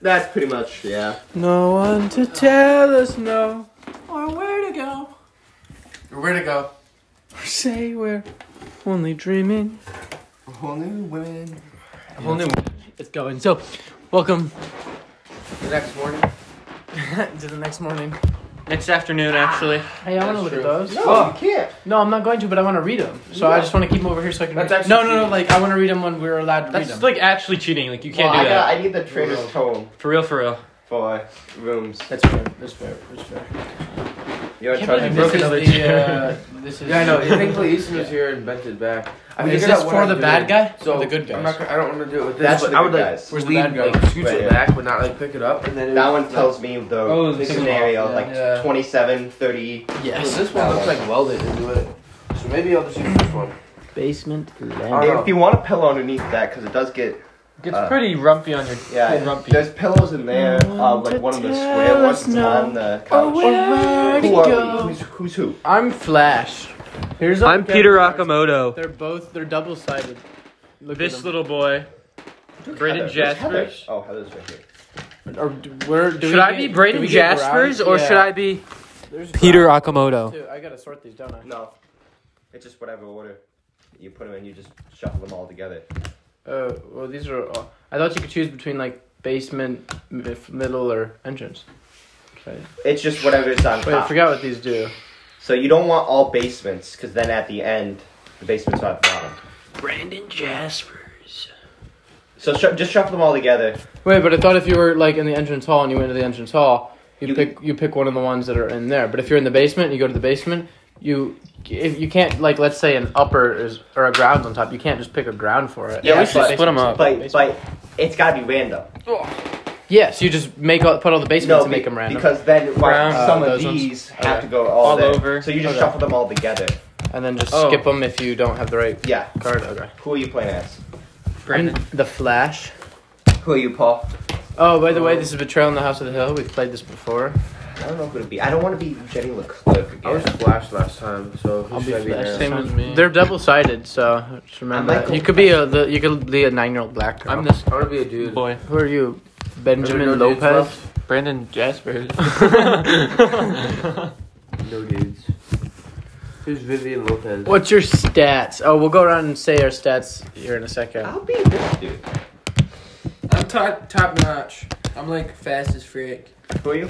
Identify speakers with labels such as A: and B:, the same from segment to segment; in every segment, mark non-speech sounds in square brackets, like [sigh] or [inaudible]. A: That's pretty much yeah.
B: No one to tell us no, or where to go,
C: Where to go?
B: or say we're only dreaming.
C: Whole new women.
B: A whole new It's going. So, welcome
C: The next morning.
B: to the next morning.
D: Next afternoon, actually.
B: Hey, I want to look at those.
A: No,
B: Oh,
A: you can't.
B: no, I'm not going to, but I want to read them. So I
A: Yeah.
B: just want to keep them over here so I can.
C: That's
B: read-
C: actually
B: no, no, no.
C: cheating.
B: Like I want to read them when we're allowed to
D: That's
B: read them.
D: like actually cheating. Like you can't
A: Well,
D: do
A: I
D: that.
A: got. I need the trader's tone
D: For real, for real.
A: for rooms.
B: that's fair. That's fair. That's fair.
A: You're in
B: Can't
A: charge
B: believe
A: of
D: broke
B: this is
D: another
B: the. Uh,
D: chair.
B: this is.
C: Yeah, I [laughs] know. Thankfully, Easton was here and bent it back. I
B: Wait, is
C: figured out
B: this
C: what
B: for
C: I'm
B: the
C: doing.
B: bad guy or
C: So
B: the good
C: I'm
B: guys?
C: not. gonna- I don't want to do it with this.
A: That's
C: but
A: the
C: I would
A: good
C: like
A: guys.
B: Where's the
C: lean-
B: bad guy?
C: Like, scoot
A: Right
C: it
A: here.
C: back, but not like pick it up. And then it
A: That
C: would-
A: one tells me the
D: Oh, this one.
A: scenario,
C: Yeah.
A: like
B: Yeah.
A: 27, 30.
C: Well,
B: yes.
C: this one looks like welded into it. So maybe I'll just use this one.
B: Basement.
C: Oh, no.
A: If you want a pillow underneath that, because it does get
D: Gets
A: Uh,
D: pretty rumpy on your
A: yeah.
D: yeah, rumpy.
A: There's pillows in there, uh, like one of the square ones
B: No.
A: on the couch.
B: where
A: who are we? Who's, who's who?
B: I'm Flash. Here's a
D: I'm
B: look at
D: Peter
B: the cards.
D: Akamoto.
B: They're both they're double sided. Look
D: This
B: at
D: little boy. Braden
A: Heather. Where's Heather?
D: Jaspers.
A: Oh, Heather's right here.
B: them. Or d- where do
D: Should
B: we
D: I
B: get-
D: be
B: do
D: Braden
B: we get
D: Jaspers
B: Brown?
D: or
B: Yeah.
D: should I be
B: There's Brown,
D: Akamoto?
B: too. I gotta sort these, don't I?
A: No. It's just whatever order you put them in, you just shuffle them all together.
B: Uh, well, these are. All, I thought you could choose between like basement, mi- middle, or entrance. Okay.
A: It's just whatever is on
B: Wait,
D: Ah.
B: I
A: top.
B: forgot what these do.
A: So you don't want all basements, because then at the end, the basement's on the bottom.
D: Brandon Jaspers.
A: So sh- just shuffle them all together.
B: Wait, but I thought if you were like in the entrance hall and you went to the entrance hall, you,
A: You-
B: pick you pick one of the ones that are in there. But if you're in the basement, you go to the basement. You if you can't like let's say an upper is or a ground on top, you can't just pick a ground for it.
A: Yeah, we
B: It's
A: should
B: like-
D: split 'em up.
A: But, but it's gotta be random.
B: Yeah, so you just make all, put all the basements
A: No,
B: and
A: be-
B: make them random,
A: because then why-
D: Round,
A: some of
B: those ones.
A: these
B: Okay.
A: have to go all,
D: All
A: there.
D: over.
A: So you just
B: Okay.
A: shuffle them all together.
B: and then just
D: Oh.
B: skip them if you don't have the right
A: Yeah.
B: card. Okay.
A: Who are you playing as?
D: Brandon.
B: I'm the Flash.
A: Who are you, Paul?
B: Oh, by the way, this is Betrayal in the House of the Hill. We've played this before.
A: I don't know who to be. I don't want to be Jenny Leclerc
C: I was
A: again.
C: flashed last time, so who
B: I'll be
C: should I be
B: Flash.
C: now?
D: Same as me.
B: They're double sided, so just remember.
A: I'm
B: that.
A: Michael.
B: You could be a the, you could be a nine year old black girl.
D: I'm this
C: I want to be a dude.
D: boy.
B: Who are you,
C: There's
B: Benjamin
C: no dudes
B: Lopez?
D: Brandon [laughs] Jaspers.
C: left. No dudes. Who's Vivian Lopez?
B: What's your stats? Oh, we'll go around and say our stats here in a second.
A: I'll be this dude.
E: I'm top top notch. I'm like fast as frick.
A: Who are you?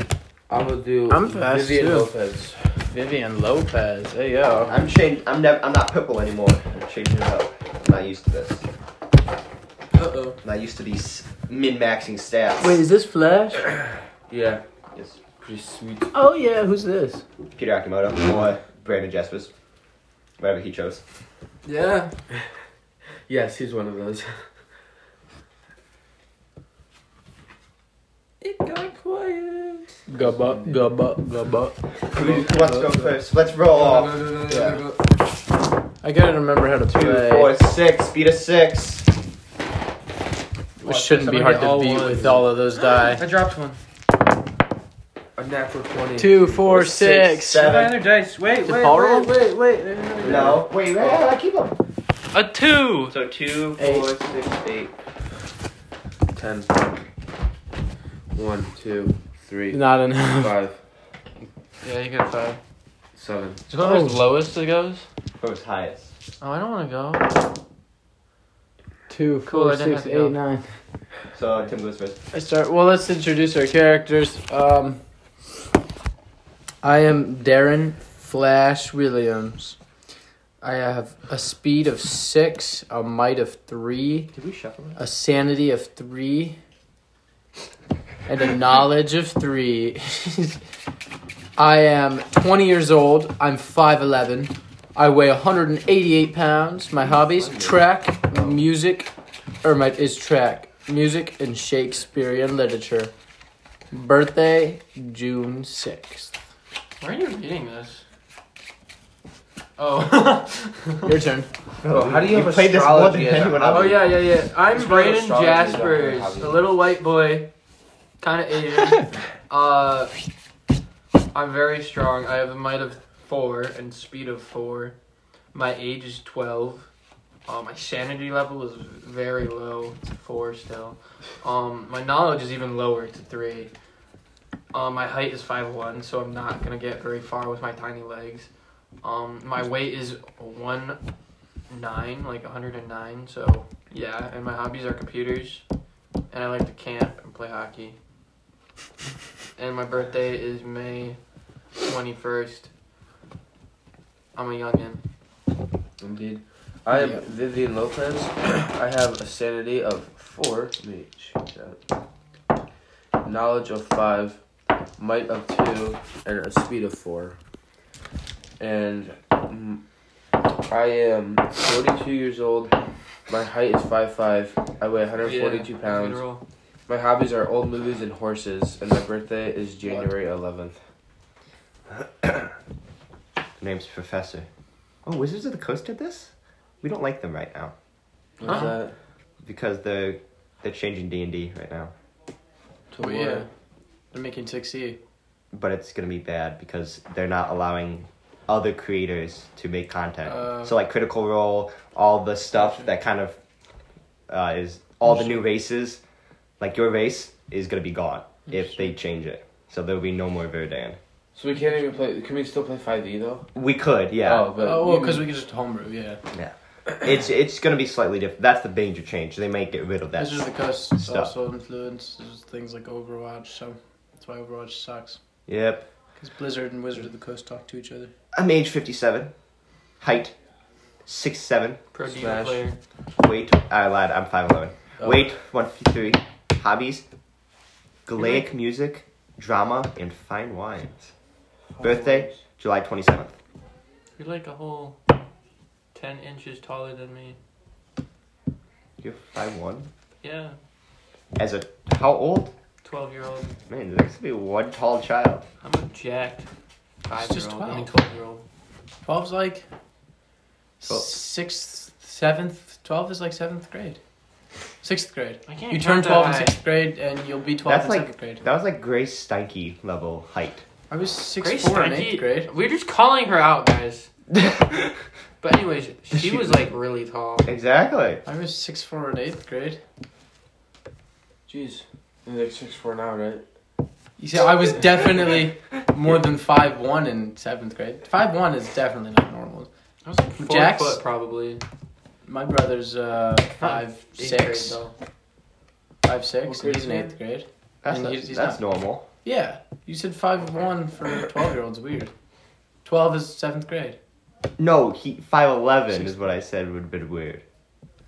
C: I will do.
B: I'm fast,
C: Vivian
B: too.
C: Lopez.
B: Vivian Lopez. Hey yo.
A: I'm changing. I'm never. I'm not purple anymore. I'm changing it up. I'm not used to this. I'm
E: Uh oh.
A: not used to these min-maxing stats.
B: Wait, is this Flash?
C: Yeah,
A: Yes.
C: pretty sweet.
B: Oh yeah, who's this?
A: Peter Akimoto or Brandon Jaspers, whatever he chose.
E: Yeah.
C: [laughs] Yes, he's one of those. [laughs]
E: It got quiet.
B: Gubba, gubba, gubba.
A: Who who wants to go first? Let's roll
E: Go,
A: off.
E: go, go, go,
B: Yeah.
E: go, go.
B: I gotta remember how to
A: Two,
B: play.
A: four, six. Beat a six.
B: Which shouldn't be hard to
D: All
B: beat
D: ones.
B: with all of those die.
D: I dropped one.
C: A natural twenty.
B: Two, four,
A: Six,
B: six.
D: Another
A: seven.
D: dice. Wait,
B: Did
D: wait,
B: Paul
D: wait,
B: roll?
D: wait, wait.
A: No. Wait. wait, I keep them.
D: A two.
A: So two,
B: Eight.
A: four, six, eight.
C: Ten. One, two, three,
B: Not enough.
C: five,
D: Yeah, you get five.
C: seven.
D: Is whoever's lowest that goes?
A: Who was highest?
D: Oh, I don't want to go.
B: Two,
D: Cool, I
B: four,
D: didn't
B: six,
D: have to go.
B: eight, nine.
A: So Tim goes first.
B: I start. Well, let's introduce our characters. Um, I am Darren Flash Williams. I have a speed of six, a might of three,
A: Did we shuffle it?
B: a sanity of three, and a knowledge of three. [laughs] I am 20 years old. I'm 5'11. I weigh 188 pounds. My hobbies track, music, or my is track, music, and Shakespearean literature. Birthday, June 6th.
D: Where are you reading this? Oh.
B: Your turn.
C: Oh, how do you,
A: We
C: have
A: played this more
C: astrology?
A: than
C: as a
A: anyone
C: hobby?
D: [laughs] Oh yeah, yeah, yeah. I'm
C: It's probably
D: Braden
C: astrology,
D: Jaspers,
C: don't know how
D: a
C: we-
D: little white boy, kind of Asian. uh, I'm very strong. I have a might of four and speed of four. My age is twelve.
E: Uh, my sanity level is very low. It's a four still. Um, my knowledge is even lower. It's a three. Uh, my height is five one, so I'm not gonna get very far with my tiny legs. Um, my weight is one nine, like 109. So yeah, and my hobbies are computers, and I like to camp and play hockey. And my birthday is May twenty first. I'm a youngin.
C: Indeed. I am
B: Yeah.
C: Vivian [coughs] Lopez. I have a sanity of four. Let me change that. Knowledge of five, might of two, and a speed of four. And mm, I am 42 years old. My height is 5'5. I weigh 142 pounds.
E: Literal.
C: My hobbies are old movies and horses. And my birthday is January 11th.
A: name's Professor. Oh, Wizards of the Coast did this? We don't like them right now
C: What's
E: Huh?
C: that?
A: because they're they're changing D and D right now.
C: To
B: Oh, yeah.
C: what?
B: They're making
E: E.
B: 6E.
A: But it's gonna be bad because they're not allowing other creators to make content.
B: Uh,
A: so like Critical Role, all the stuff that kind of uh, is all the new races, like your race is gonna be gone if they change it. So there'll be no more Verdan.
C: So we can't even play. Can we still play 5e though?
A: We could, yeah.
C: Oh, but
B: [laughs] oh, because we can just homebrew, yeah.
A: It's it's gonna be slightly different. That's the major change. They might get rid of that.
B: This is because it's
A: stuff.
B: also influences things like Overwatch, so that's why Overwatch sucks.
A: Yep.
B: Because Blizzard and Wizard of the Coast talk to each other.
A: I'm age 57. Height, six seven.
E: Pro D
C: Smash.
E: player.
A: Weight, I lied, uh, I'm 5'11.
C: Oh.
A: Weight, 153. Hobbies, Galaic
B: Mm-hmm.
A: music, drama, and fine wines. Birthday, July 27th.
E: You're like a whole ten inches taller than me.
A: You're 5'1?
E: Yeah,
A: As a, how old?
E: twelve year old.
A: Man, there's gonna be one tall child.
E: I'm a jacked five
B: just
E: year old, only
B: 12.
E: twelve year old.
B: 12's like
A: Twelve.
B: sixth, seventh. 12 is like seventh grade. Sixth grade.
E: I can't.
B: You
E: count
B: turn
E: that
B: 12 in
E: high.
B: sixth grade, and you'll be 12
A: That's
B: in
A: like-
B: seventh grade.
A: That was like Grace Steinke level height.
B: I was six
E: Grace
B: four in
E: Steinke-
B: eighth grade.
E: E. We're just calling her out, guys. But anyways, she
A: She-
E: was like really tall.
A: exactly.
B: I was six four in eighth grade.
C: Jeez. You're like six four now, right?
B: You see, I was definitely more than five one in seventh grade. Five one is definitely not normal.
E: I was like four
B: Jack's-
E: foot probably.
B: My brother's uh, five
E: Eighth
B: six,
E: grade, though.
B: five
C: What
B: six, and
C: grade
B: he's in
C: is he
B: eighth grade.
A: That's,
B: And
A: not-
B: he's- he's
A: that's normal.
B: Yeah, you said five one for twelve year olds. Weird. Twelve is seventh grade.
A: No, he 5'11 is what I said would have been weird.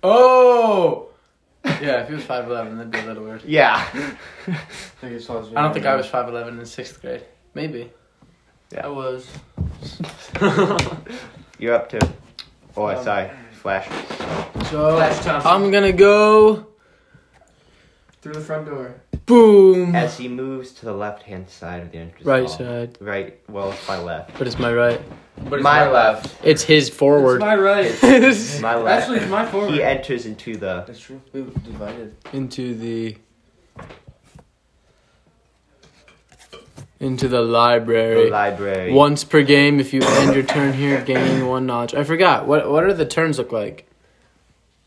B: Oh. Yeah, if he was five eleven, that'd be a little weird.
A: Yeah. [laughs]
C: I think it's all-
B: I don't think I was five eleven in sixth grade. Maybe. [laughs]
E: I was.
A: You're up to. Oh,
B: Um,
A: sorry. Flash.
B: So
E: Flash Thompson.
B: I'm gonna go.
F: Through the front door.
B: Boom.
A: As he moves to the left hand side of the entrance.
B: Right
A: hall.
B: side,
A: Right. Well, it's my left.
B: but it's my right.
C: But it's
A: my
C: my
A: left.
B: It's his forward.
F: It's my right.
B: [laughs]
A: My left.
F: Actually, it's my forward.
A: he enters into the.
C: That's true. We divided.
B: into the into the library.
A: the library.
B: Once per game, if you end your turn here, gain one knowledge. I forgot. What what are the turns look like?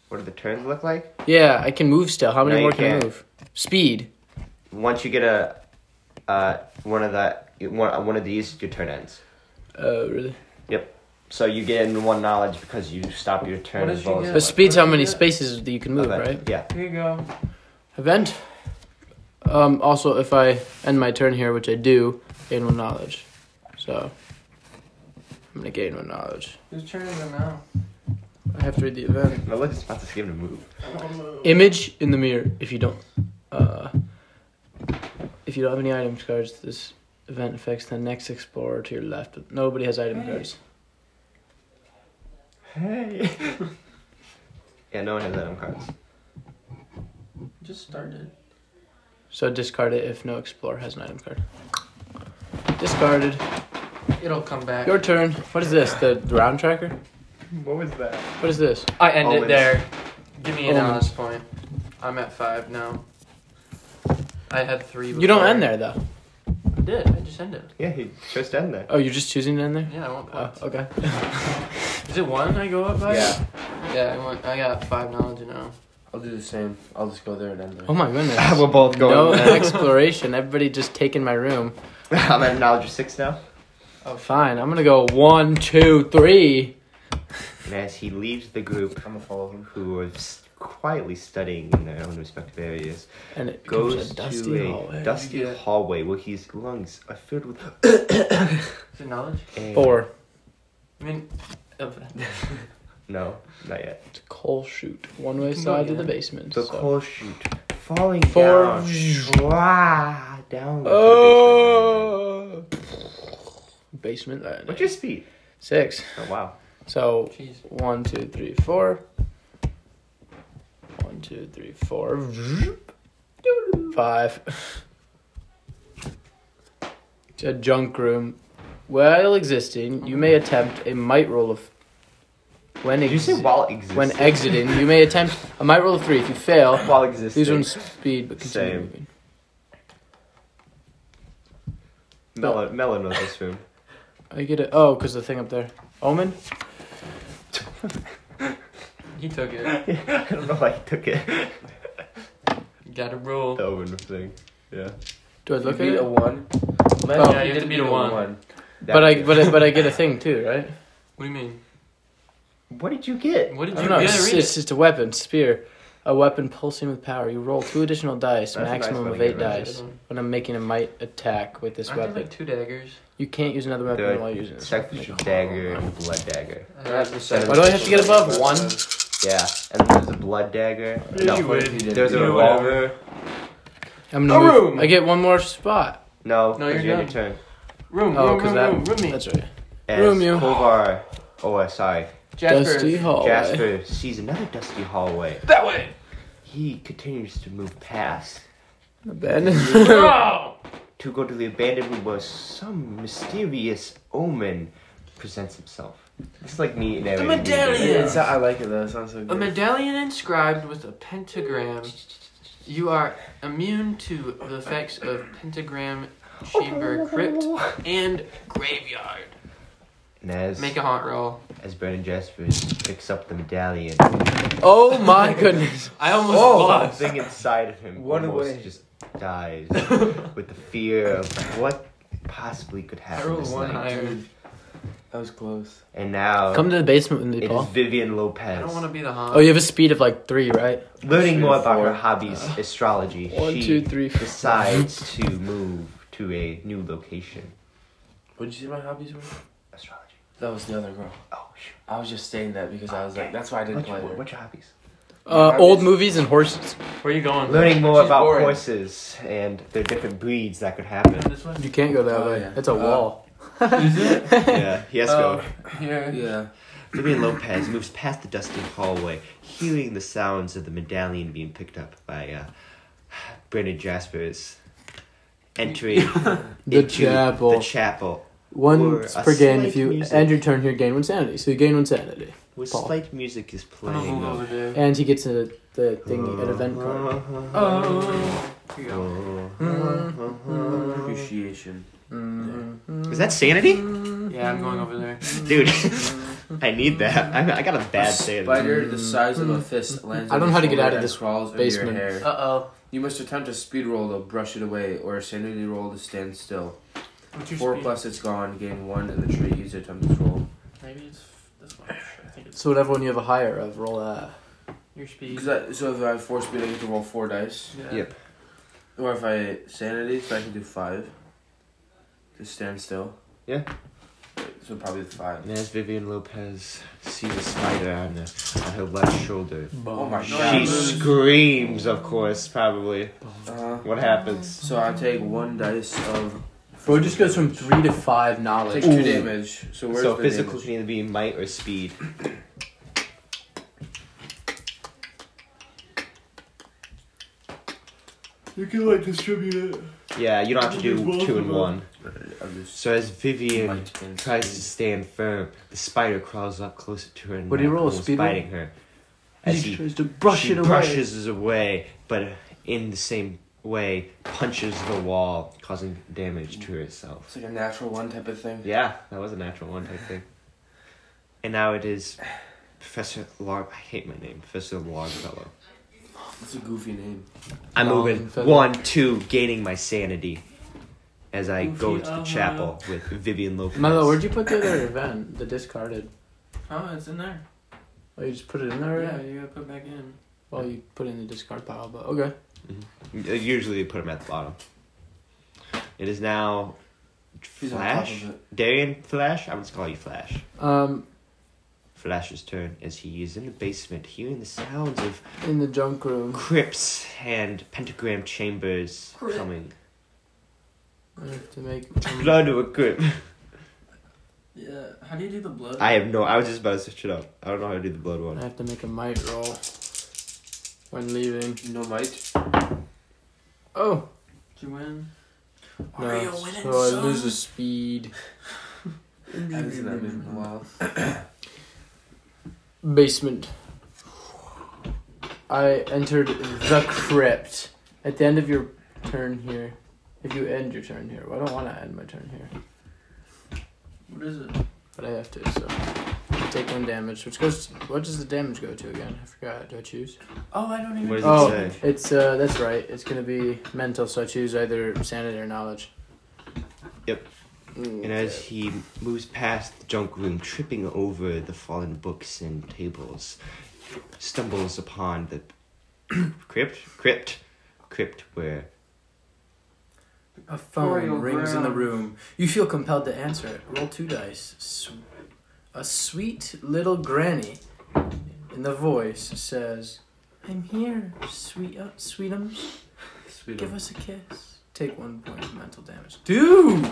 A: What do the turns look like?
B: Yeah, I can move still. How many
A: No, you
B: more can I
A: can't.
B: move? Speed.
A: Once you get a, uh, one of the one one of these, your turn ends.
B: Oh, really?
A: So you get in one knowledge because you stop your turn
F: What
A: as
F: did you
A: well
F: get?
B: But
A: as
B: speed's how
F: What
B: many
F: is it?
B: spaces that you can move,
A: Okay,
B: right?
A: Yeah.
F: Here you go.
B: Event. Um, also, if I end my turn here, which I do, gain one knowledge. So I'm gonna gain one knowledge.
F: Whose turn is it now?
B: I have to read the event.
A: No, let's about to skip to move.
B: image in the mirror if you don't uh, if you don't have any item cards this event affects the next explorer to your left but nobody has item cards
A: Hey. [laughs] yeah. No one has item cards.
F: Just started.
B: so discard it if no explorer has an item card discarded
E: It'll come back.
B: your turn what is this the round tracker
A: What was that?
B: what is this
E: I end
A: Always.
E: it there. Give me an
B: Always.
E: honest point. I'm at five now. I had three. Before.
B: you don't end there though
E: I did. I just ended.
A: Yeah, he chose to end there.
B: oh you're just choosing to end there
E: Yeah, I want
B: oh
E: points.
B: okay
E: Is it one I go up by?
A: Yeah.
E: Oh,
D: Yeah, I, went, I got five knowledge and now.
C: I'll do the same. I'll just go there and end there.
B: Oh my goodness.
A: [laughs] We're both going.
B: no
A: there.
B: [laughs] exploration. Everybody just taking my room.
A: [laughs] I'm at knowledge of six now.
B: Oh, fine. I'm gonna go one, two, three.
A: And as he leaves the group,
C: I'm gonna follow him.
A: who are s- quietly studying in their own respective areas,
B: And it becomes
A: goes
B: a
A: to
B: dusty
A: a
B: hallway.
A: dusty
D: Yeah.
A: hallway where his lungs are filled with
D: Is it knowledge?
A: air.
B: Four.
D: I mean, of-
A: No, not yet.
B: It's a coal chute. One way
D: can go
B: side of the
D: again.
B: basement.
A: The
B: so-
A: coal chute falling
B: Four.
A: down. Wah, down. into the basement.
B: Oh. Ah. Basement landing.
A: What's your speed?
B: Six.
A: Oh wow.
B: So
D: [laughs] Jeez.
B: one, two, three, four. One, two, three, four. Five. It's a junk room. While existing, you may attempt a might roll of. When
A: Did you say
B: exi-
A: while existing?
B: when exiting, you may attempt a might roll of three. If you fail,
A: while existing.
B: lose one speed, but continue
A: Same.
B: moving.
A: Melon, melon knows this room. [laughs]
B: I get it. Oh, because the thing up there. Omen?
D: He took
E: [laughs]
D: it.
A: I don't know why he took it.
D: Got to roll.
A: The oven thing. Yeah.
B: Do I
C: You
B: look at
C: beat
B: it?
C: a one.
B: Oh.
C: Imagine if
D: Yeah, you have to
C: didn't
D: beat a one.
B: But I, but, I, but I
A: [laughs]
B: get a thing too, right?
D: What do you mean?
A: What did you get?
D: What did
B: I
D: you
B: don't know.
D: yeah,
B: It's,
D: read it.
B: it's just a weapon, spear, a weapon pulsing with power. You roll two additional dice,
A: That's a nice
B: maximum
A: way to
B: of
A: get
B: eight
A: rid of
D: Read it.
B: dice. When I'm making a might attack with this
D: Aren't there
B: weapon,
D: like two daggers?
B: you can't use another weapon
A: Dude,
B: while using this.
A: Check
B: weapon.
A: the dagger and blood dagger.
D: Uh,
C: Why
B: Why do I have to get above one?
A: Yeah, and there's a blood dagger.
D: No,
A: No,
D: win.
A: there's a
D: You
A: revolver.
B: I'm gonna
D: A
B: move-
D: room!
B: I get one more spot.
A: No,
D: No,
A: no, you're
D: you're
A: you had your
D: done.
A: turn.
D: Room,
B: Oh,
D: room,
B: because
D: room,
B: that.
D: room, room, me.
B: That's right.
A: As
B: Room you.
A: Kovar, oh sorry,
D: Jasper.
B: Dusty hallway.
A: Jasper sees another dusty hallway.
D: That [laughs] way.
A: He continues to move past
B: Abandoned.
D: Oh!
A: to go to the abandoned room where some mysterious omen presents himself. This is like me and everything.
D: medallion!
C: It's,
A: uh,
C: I like it though. It sounds so
D: A
C: good.
D: medallion inscribed with a pentagram. You are immune to the effects of pentagram, chamber, crypt, and graveyard.
A: And as,
D: Make a haunt roll.
A: as Brandon Jasper picks up the medallion,
B: [laughs] oh
A: [laughs]
B: my goodness.
D: I almost
A: the
D: lost.
A: thing inside of him
C: One
A: almost
C: away.
A: just dies with the fear of what possibly could
D: I
A: happen
D: rolled
A: this
D: one
A: night.
D: higher.
C: That was close.
A: And now
B: Come to the basement with me,
A: Uh, it is
B: Paul.
A: Vivian
D: I
A: Lopez.
D: don't want to be the haunt.
B: Oh, you have a speed of like three, right?
A: Learning
C: Three
A: more
C: or
A: about her
C: four.
A: hobbies, astrology,
B: One,
A: she
B: two, three. four.
A: decides to move to a new location.
C: What did you say my hobbies were?
A: Astrology.
C: That was the other girl.
A: Oh, shoot.
C: I was just saying that because I was like, that's why I didn't
A: What's
C: play
A: your,
C: her.
A: what's your hobbies?
B: Uh, old movies and horses.
D: Where are you going?
A: Learning more
C: She's
A: about
C: boring.
A: horses and their different breeds that could happen.
D: This way?
B: You can't go that
C: Oh,
B: way.
C: yeah.
B: It's a
C: Uh,
B: wall.
A: [laughs]
B: [laughs]
A: yeah, he has to go.
E: Yeah.
C: Yeah.
A: Vivian Lopez moves past the dusty hallway, hearing the sounds of the medallion being picked up by uh, Brendan Jasper's entry [laughs]
B: The
A: into
B: chapel.
A: The chapel Or
B: Once
A: a
B: per game, if
A: slight
B: you
A: music.
B: end your turn here, gain one sanity. So you gain one sanity,
A: with
B: Paul.
A: slight music is
D: I'm a
A: playing.
E: Oh.
D: holdover, dude.
B: and he gets a, the thing
A: Uh-huh.
B: an event card.
D: Oh. Here you go.
C: Oh. Appreciation.
A: Is that sanity?
D: Yeah, I'm going over there.
A: [laughs] Dude, I need that. I, I got a bad sanity.
C: Spider the size of a fist lands.
B: Hmm. I don't
C: on your
B: know how to get
C: shoulder
B: out of
C: and
B: this
C: crawls
B: basement.
C: Under your hair.
D: Uh oh.
C: You must attempt a speed roll to brush it away, or a sanity roll to stand still.
D: What's your
C: Four
D: speed?
C: plus, it's gone. Gain one, and the tree use it attempt to roll.
D: Maybe it's this one. I think it's
B: So whatever one you have a higher of, roll that.
D: your speed.
C: Because I, so if I have four speed, I get to roll four dice.
D: Yeah.
A: Yep.
C: Or if I sanity, so I can do five. To stand still.
A: Yeah.
C: So probably five.
A: And as Vivian Lopez sees a spider on her, on her left shoulder,
C: Oh my
A: she
C: god.
A: screams, of course, probably.
C: Uh,
A: What happens?
C: so I take one dice of.
B: Bro, just goes from three to five
C: I
B: knowledge.
C: Take two
A: Ooh.
C: damage. So where's
A: so
C: the
A: physical
C: damage?
A: can either be might or speed.
E: You can like distribute it.
A: Yeah, you don't have to do
E: Both
A: two
E: of
A: and
E: them.
A: one.
C: I'm just
A: So as Vivian
C: might and
A: tries to
C: speed.
A: stand firm, the spider crawls up closer to her and
B: What do you roll, a
A: almost
B: speed roll?
A: biting her. As he,
B: tries to
A: she brushes it away, but in the same way punches the wall, causing damage to herself.
C: It's like a natural one type of thing.
A: Yeah, that was a natural one type thing. And now it is Professor Log. I hate my name, Professor Longfellow.
C: It's a goofy name.
A: I'm moving
B: Longfellow.
A: one, two, gaining my sanity as I go
E: Goofy,
A: to the
E: uh-huh.
A: chapel with Vivian Lopez.
B: Milo, where'd you put the other event? The discarded.
E: Oh, it's in there.
B: Oh, you just put it in there?
E: yeah,
B: Yeah.
E: you gotta put it back in.
B: Well, you put it in the discard pile, but okay.
A: Mm-hmm. Uh, Usually they put him at the bottom. It is now
C: He's on top
A: Flash.
C: of it.
A: Darian Flash? I'm just calling you Flash.
B: Um,
A: Flash's turn as he is in the basement hearing the sounds of
B: in the junk room.
A: crypts and pentagram chambers
E: Crypt.
A: coming.
B: I have to make.
A: Blood of a crypt.
E: Yeah. How do you do the blood?
A: I have no. I was just about to switch it up. I don't know how to do the blood
B: I
A: one.
B: have to make a might roll when leaving.
C: No might.
B: Oh,
E: Did you win?
B: no. So I lose a speed.
C: I haven't seen that movie in a while.
B: Basement. I entered the crypt. At the end of your turn here, if you end your turn here, well, I don't want to end my turn here,
E: What is it?
B: but I have to, so. Take one damage, which goes. What does the damage go to again? I forgot. Do I choose?
E: Oh, I don't even.
A: What does
B: Oh.
A: it say?
B: It's uh, that's right. It's gonna be mental, so I choose either sanity or knowledge.
A: Yep.
B: Mm,
A: And as he moves past the junk room, tripping over the fallen books and tables, stumbles upon the [coughs] crypt, crypt, crypt where
B: a phone
E: Royal
B: rings in the
E: Grounds.
B: room. You feel compelled to answer it. Roll two dice. Sw- A sweet little granny in the voice says, "I'm here, sweet uh, sweetums.
C: Sweet.
B: Give
C: Give
B: us a kiss." Take one point of mental damage, dude.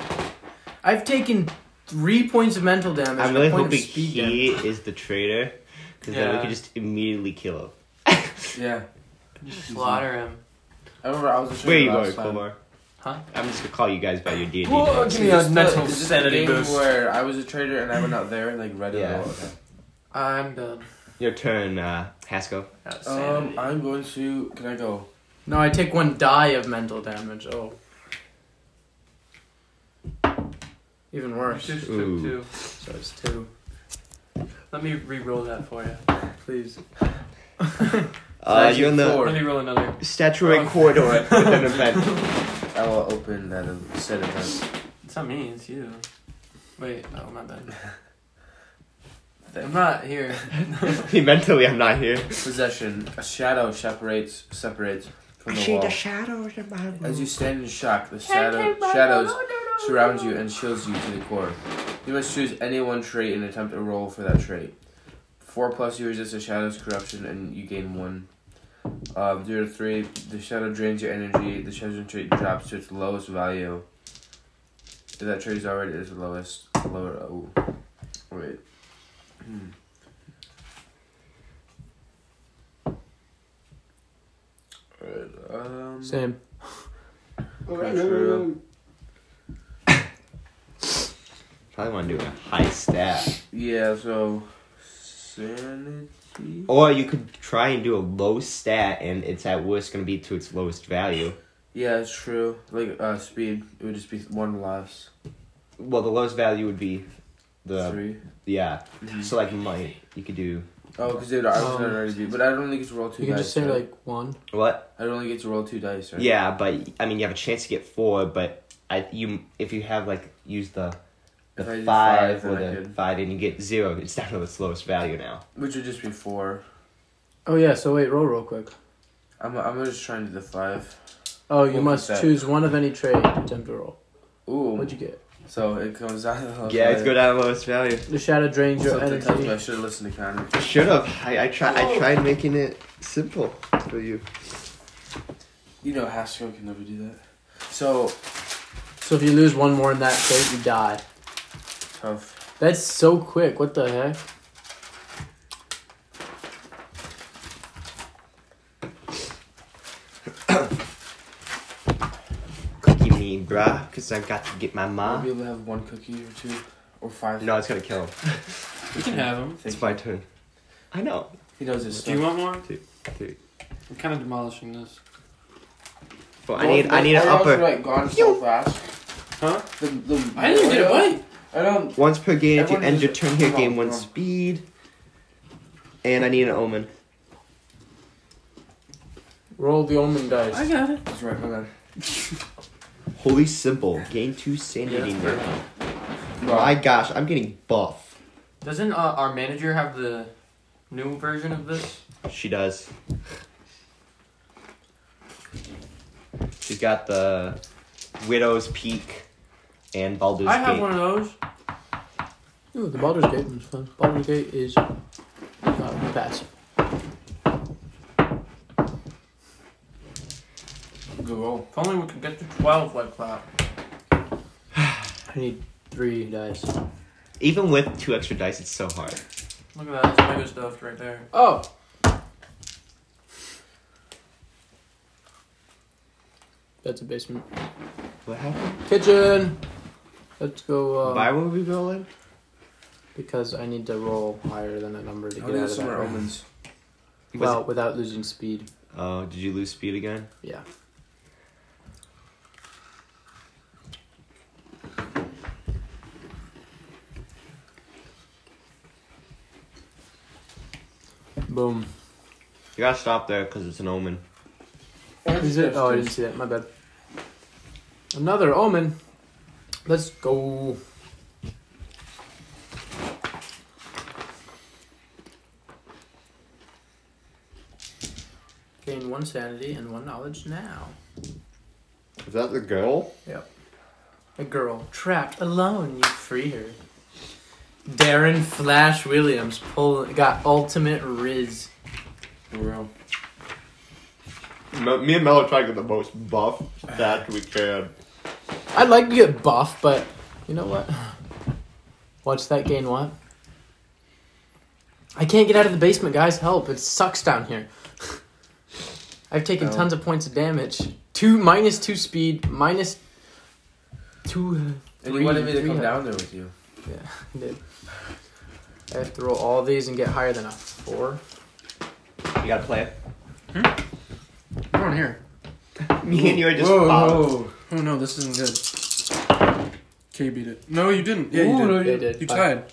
B: I've taken three points of mental damage.
A: I'm
B: and
A: really
B: a point
A: hoping
B: of speed damage.
A: he is the traitor, because then we
D: Yeah.
A: could just immediately kill him.
C: Yeah. Oh.
D: Just slaughter him.
C: I remember I was a
A: Where are you
C: shooter
A: going,
C: last time.
A: Cobar?
D: Huh?
A: I'm just gonna call you guys by your D&D
D: Whoa,
A: names.
D: give me a
C: It's the-
D: mental
C: it's just
D: sanity
C: the game
D: boost.
C: Where I was a trader and I went out there and like read it
A: Yeah.
C: all.
D: I'm done.
A: Your turn, uh, Hasco.
C: Um, I'm going to. Can I go?
B: No, I take one die of mental damage. Oh. Even worse.
D: Just took
A: Ooh.
D: two.
B: So it's two.
D: Let me re-roll that for you. Please.
A: Uh,
C: actually
A: you're in the
C: four.
D: Let me roll another.
A: statuary
D: Oh.
A: corridor
C: [laughs]
A: with an event.
C: I will open that and set it down.
D: It's not me. It's you. Wait. Oh, my bad. I'm not here. [laughs]
A: he [laughs] mentally, I'm not here.
C: Possession. A shadow separates separates from the wall.
A: shadows in my
C: As you stand in shock, the shadow, shadows surround you and shields you to the core. You must choose any one trait and attempt a roll for that trait. Four plus, you resist the shadow's corruption and you gain one. Um, zero to three, the shadow drains your energy. The shadow trait drops to its lowest value. If that trait is already at its lowest, lower. Oh, wait. Hmm. Alright, um,
B: Same.
C: Contra-
A: Probably want to do a high stat.
C: Yeah, so sanity.
A: Or you could try and do a low stat, and it's at worst going to be to its lowest value.
C: Yeah, it's true. Like uh, speed, it would just be one less.
A: Well, the lowest value would be the
C: Three.
A: yeah.
C: Mhm.
A: So like might you could do
C: Oh, because it I was
B: Um,
C: not already be, but I don't think it's roll two
B: You can
C: dice.
B: just say
C: right?
B: like one.
A: what?
C: I don't think it's roll two dice. Right?
A: Yeah, but I mean you have a chance to get four, but I you if you have like use the the
C: If I did
A: five,
C: five,
A: or
C: then I
A: the
C: could.
A: five and you get zero, it's down to its lowest value now.
C: Which would just be four.
B: Oh yeah. So wait, roll real quick.
C: I'm I'm just trying to do the five.
B: Oh, you
C: What was
B: must
C: that?
B: choose one of any trait to attempt to roll.
C: Ooh.
B: What'd you get?
C: So it comes out. Of
A: Yeah, it's go down to lowest value.
B: The shadow drains your
C: Something tells me I
B: energy.
C: should have listened to Connor.
A: Should have. I, I tried. I tried making it simple for you.
C: You know, Haskell can never do that. So
B: So if you lose one more in that trait, you die.
C: tough.
B: That's so quick. What the heck?
A: Cookie me, bruh, because I've got to get my mom.
C: Maybe we'll have one cookie or two or five.
A: No, it's gonna kill him.
D: You can have him.
A: It's my turn. I know.
C: He knows his
D: Do you
C: stuff.
D: want more?
A: Dude.
D: I'm kind of demolishing this.
A: Well, I need. I need an upper.
C: Like gone so fast.
D: Huh?
C: The, the,
D: I didn't even get a bite.
C: I don't.
A: Once per game, if you
C: Everyone
A: end
C: is-
A: your turn here,
C: come on,
A: gain one
C: come on.
A: speed. And I need an omen.
B: Roll the omen dice.
E: got it.
C: That's right, my man.
A: Holy simple. Gain two sanity. now. My gosh, I'm getting buff.
D: Doesn't uh, our manager have the new version of this?
A: She does. She's got the Widow's Peak and Baldur's
E: I have
A: Gate.
E: one of those.
B: Ooh, the Baldur's Gate one's fun. Baldur's Gate is uh, pass.
E: Good roll. If only we could get to 12 like that.
B: I need three dice.
A: Even with two extra dice, it's so hard.
E: Look at that. That's mega stuff right there.
B: Oh, that's a basement
A: What happened?
B: kitchen. Let's go.
A: Why
B: Uh,
A: were we rolling?
B: because I need to roll higher than a number
C: Oh,
B: to get out of that. room.
C: omens.
A: Was
B: Well, without losing speed.
A: it- oh, did you lose speed again?
B: Yeah. Boom.
A: You gotta stop there because it's an omen.
B: Is it? Oh, I didn't see that. My bad. Another omen. Let's go. Gain one sanity and one knowledge now.
A: Is that the girl?
B: A girl trapped alone. You free her. Darren Flash Williams pull got ultimate Riz.
C: For real.
A: Me and Mel are trying to get the most buff that we can.
B: I'd like to get buff, but you know what? What's that gain what? I can't get out of the basement, guys. Help. It sucks down here. I've taken
C: Oh.
B: tons of points of damage. Two minus two speed, minus two. uh,
C: And
B: three-
C: you wanted me to
B: three
C: come
B: hun-
C: down there with you.
B: Did. I have to roll all these and get higher than a four.
A: You gotta play it.
E: Hmm? Come on here.
A: [laughs] Me and you are just
E: whoa,
A: buff.
E: whoa. Oh no, this isn't good. K beat it. No, you didn't. Yeah,
B: Ooh,
E: you did.
B: no, you They did.
E: You
B: Bye.
E: tied.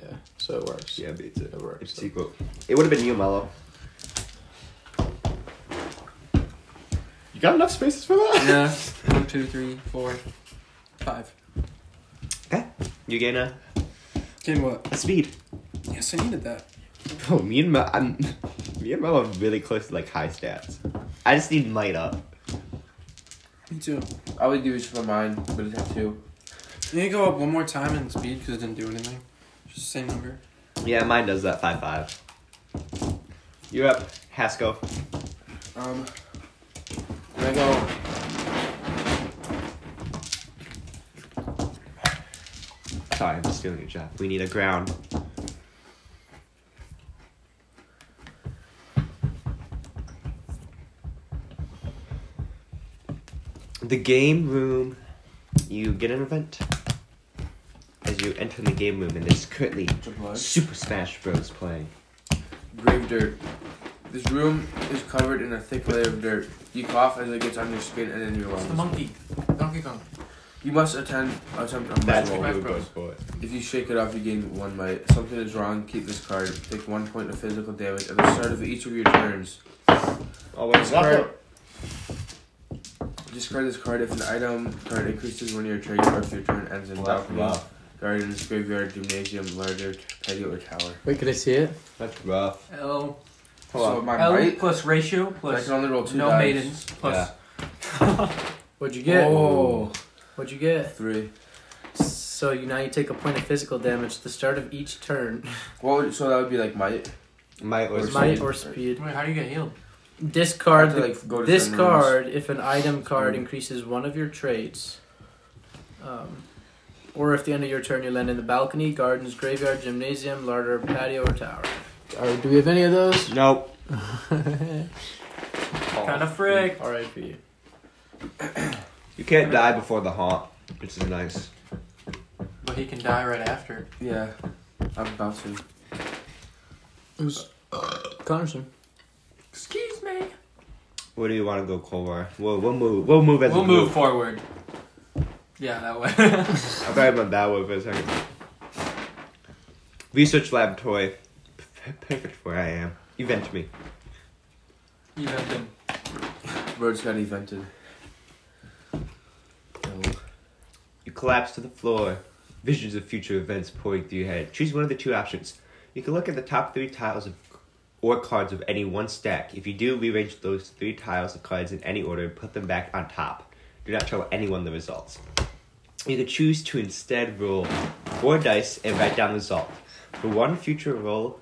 B: Yeah, so it works.
A: Yeah, beats it.
B: It works.
A: It's equal. It would have been you, Mello. You got enough spaces for that?
E: Yeah. One, two, three, four, five.
A: You gain a,
E: Gain what?
A: a speed.
E: Yes, I needed that.
A: Bro, Oh, me and Mel, I'm, me and Mel are really close to like high stats. I just need might up.
E: Me too.
C: I would do each for mine, but it's have two.
E: You need to go up one more time in speed because it didn't do anything. Just the same number.
A: Yeah, mine does that five five. You're up, Hasco.
E: Um,
C: Can I go?
A: Sorry, I'm stealing your job. We need a ground. The game room. You get an event as you enter the game room, and there's currently
C: Triple X?
A: Super Smash Bros. playing.
C: Grave dirt. This room is covered in a thick layer of dirt. You cough as it gets on your skin and in your
D: It's the
C: lungs.
D: monkey. Donkey Kong.
C: You must attend attempt a
A: That's what
C: must roll.
A: we would
D: Smash
A: go
D: Bros.
A: for.
C: If you shake it off, you gain one might. Something is wrong. Keep this card. Take one point of physical damage at the start of each of your turns.
A: Oh,
C: Discard, discard this card if an item card increases when your trigger or if your turn ends in balcony, gardens, graveyard, gymnasium, larger patio or tower.
B: Wait, can I see it?
A: That's rough.
D: L.
C: so my
D: L
C: might,
D: plus ratio
C: so I
D: plus
C: can only roll two
D: no
C: dice.
D: maidens plus.
B: What'd you get?
C: Oh,
B: What'd you get?
C: three.
B: So you now you take a point of physical damage at the start of each turn.
C: What would, so that would be like might.
A: My or
C: Where's
B: Might
C: speed.
B: or speed.
D: Wait, how do you get healed?
B: Discard
C: Have to,
B: the
C: like, go to certain
B: discard if an item card
C: Mm.
A: Hmm.
B: increases one of your traits. Um, or if the end of your turn you land in the balcony, gardens, graveyard, gymnasium, larder, patio, or tower. Or do we have any of those?
C: [laughs]
A: Nope. Oh.
D: Kind of frick.
B: R.I.P.
A: You can't die before the haunt, which is nice.
D: But he can die right after.
C: Yeah, I'm about to.
B: Who's Connorson?
D: Excuse me.
A: Where do you want to go, Colmar? We'll, we'll move. We'll move as
D: We'll
A: a
D: move
A: group.
D: forward. Yeah, that way.
A: I thought about that one for a second. Research lab toy. Prepare- perfect where I am. You vent me.
E: [laughs] You vented.
C: Rhodes got evented.
A: You collapse to the floor. Visions of future events pouring through your head. Choose one of the two options. You can look at the top three tiles of or cards of any one stack. If you do, rearrange those three tiles of cards in any order and put them back on top. Do not tell anyone the results. You can choose to instead roll four dice and write down the result. For one future roll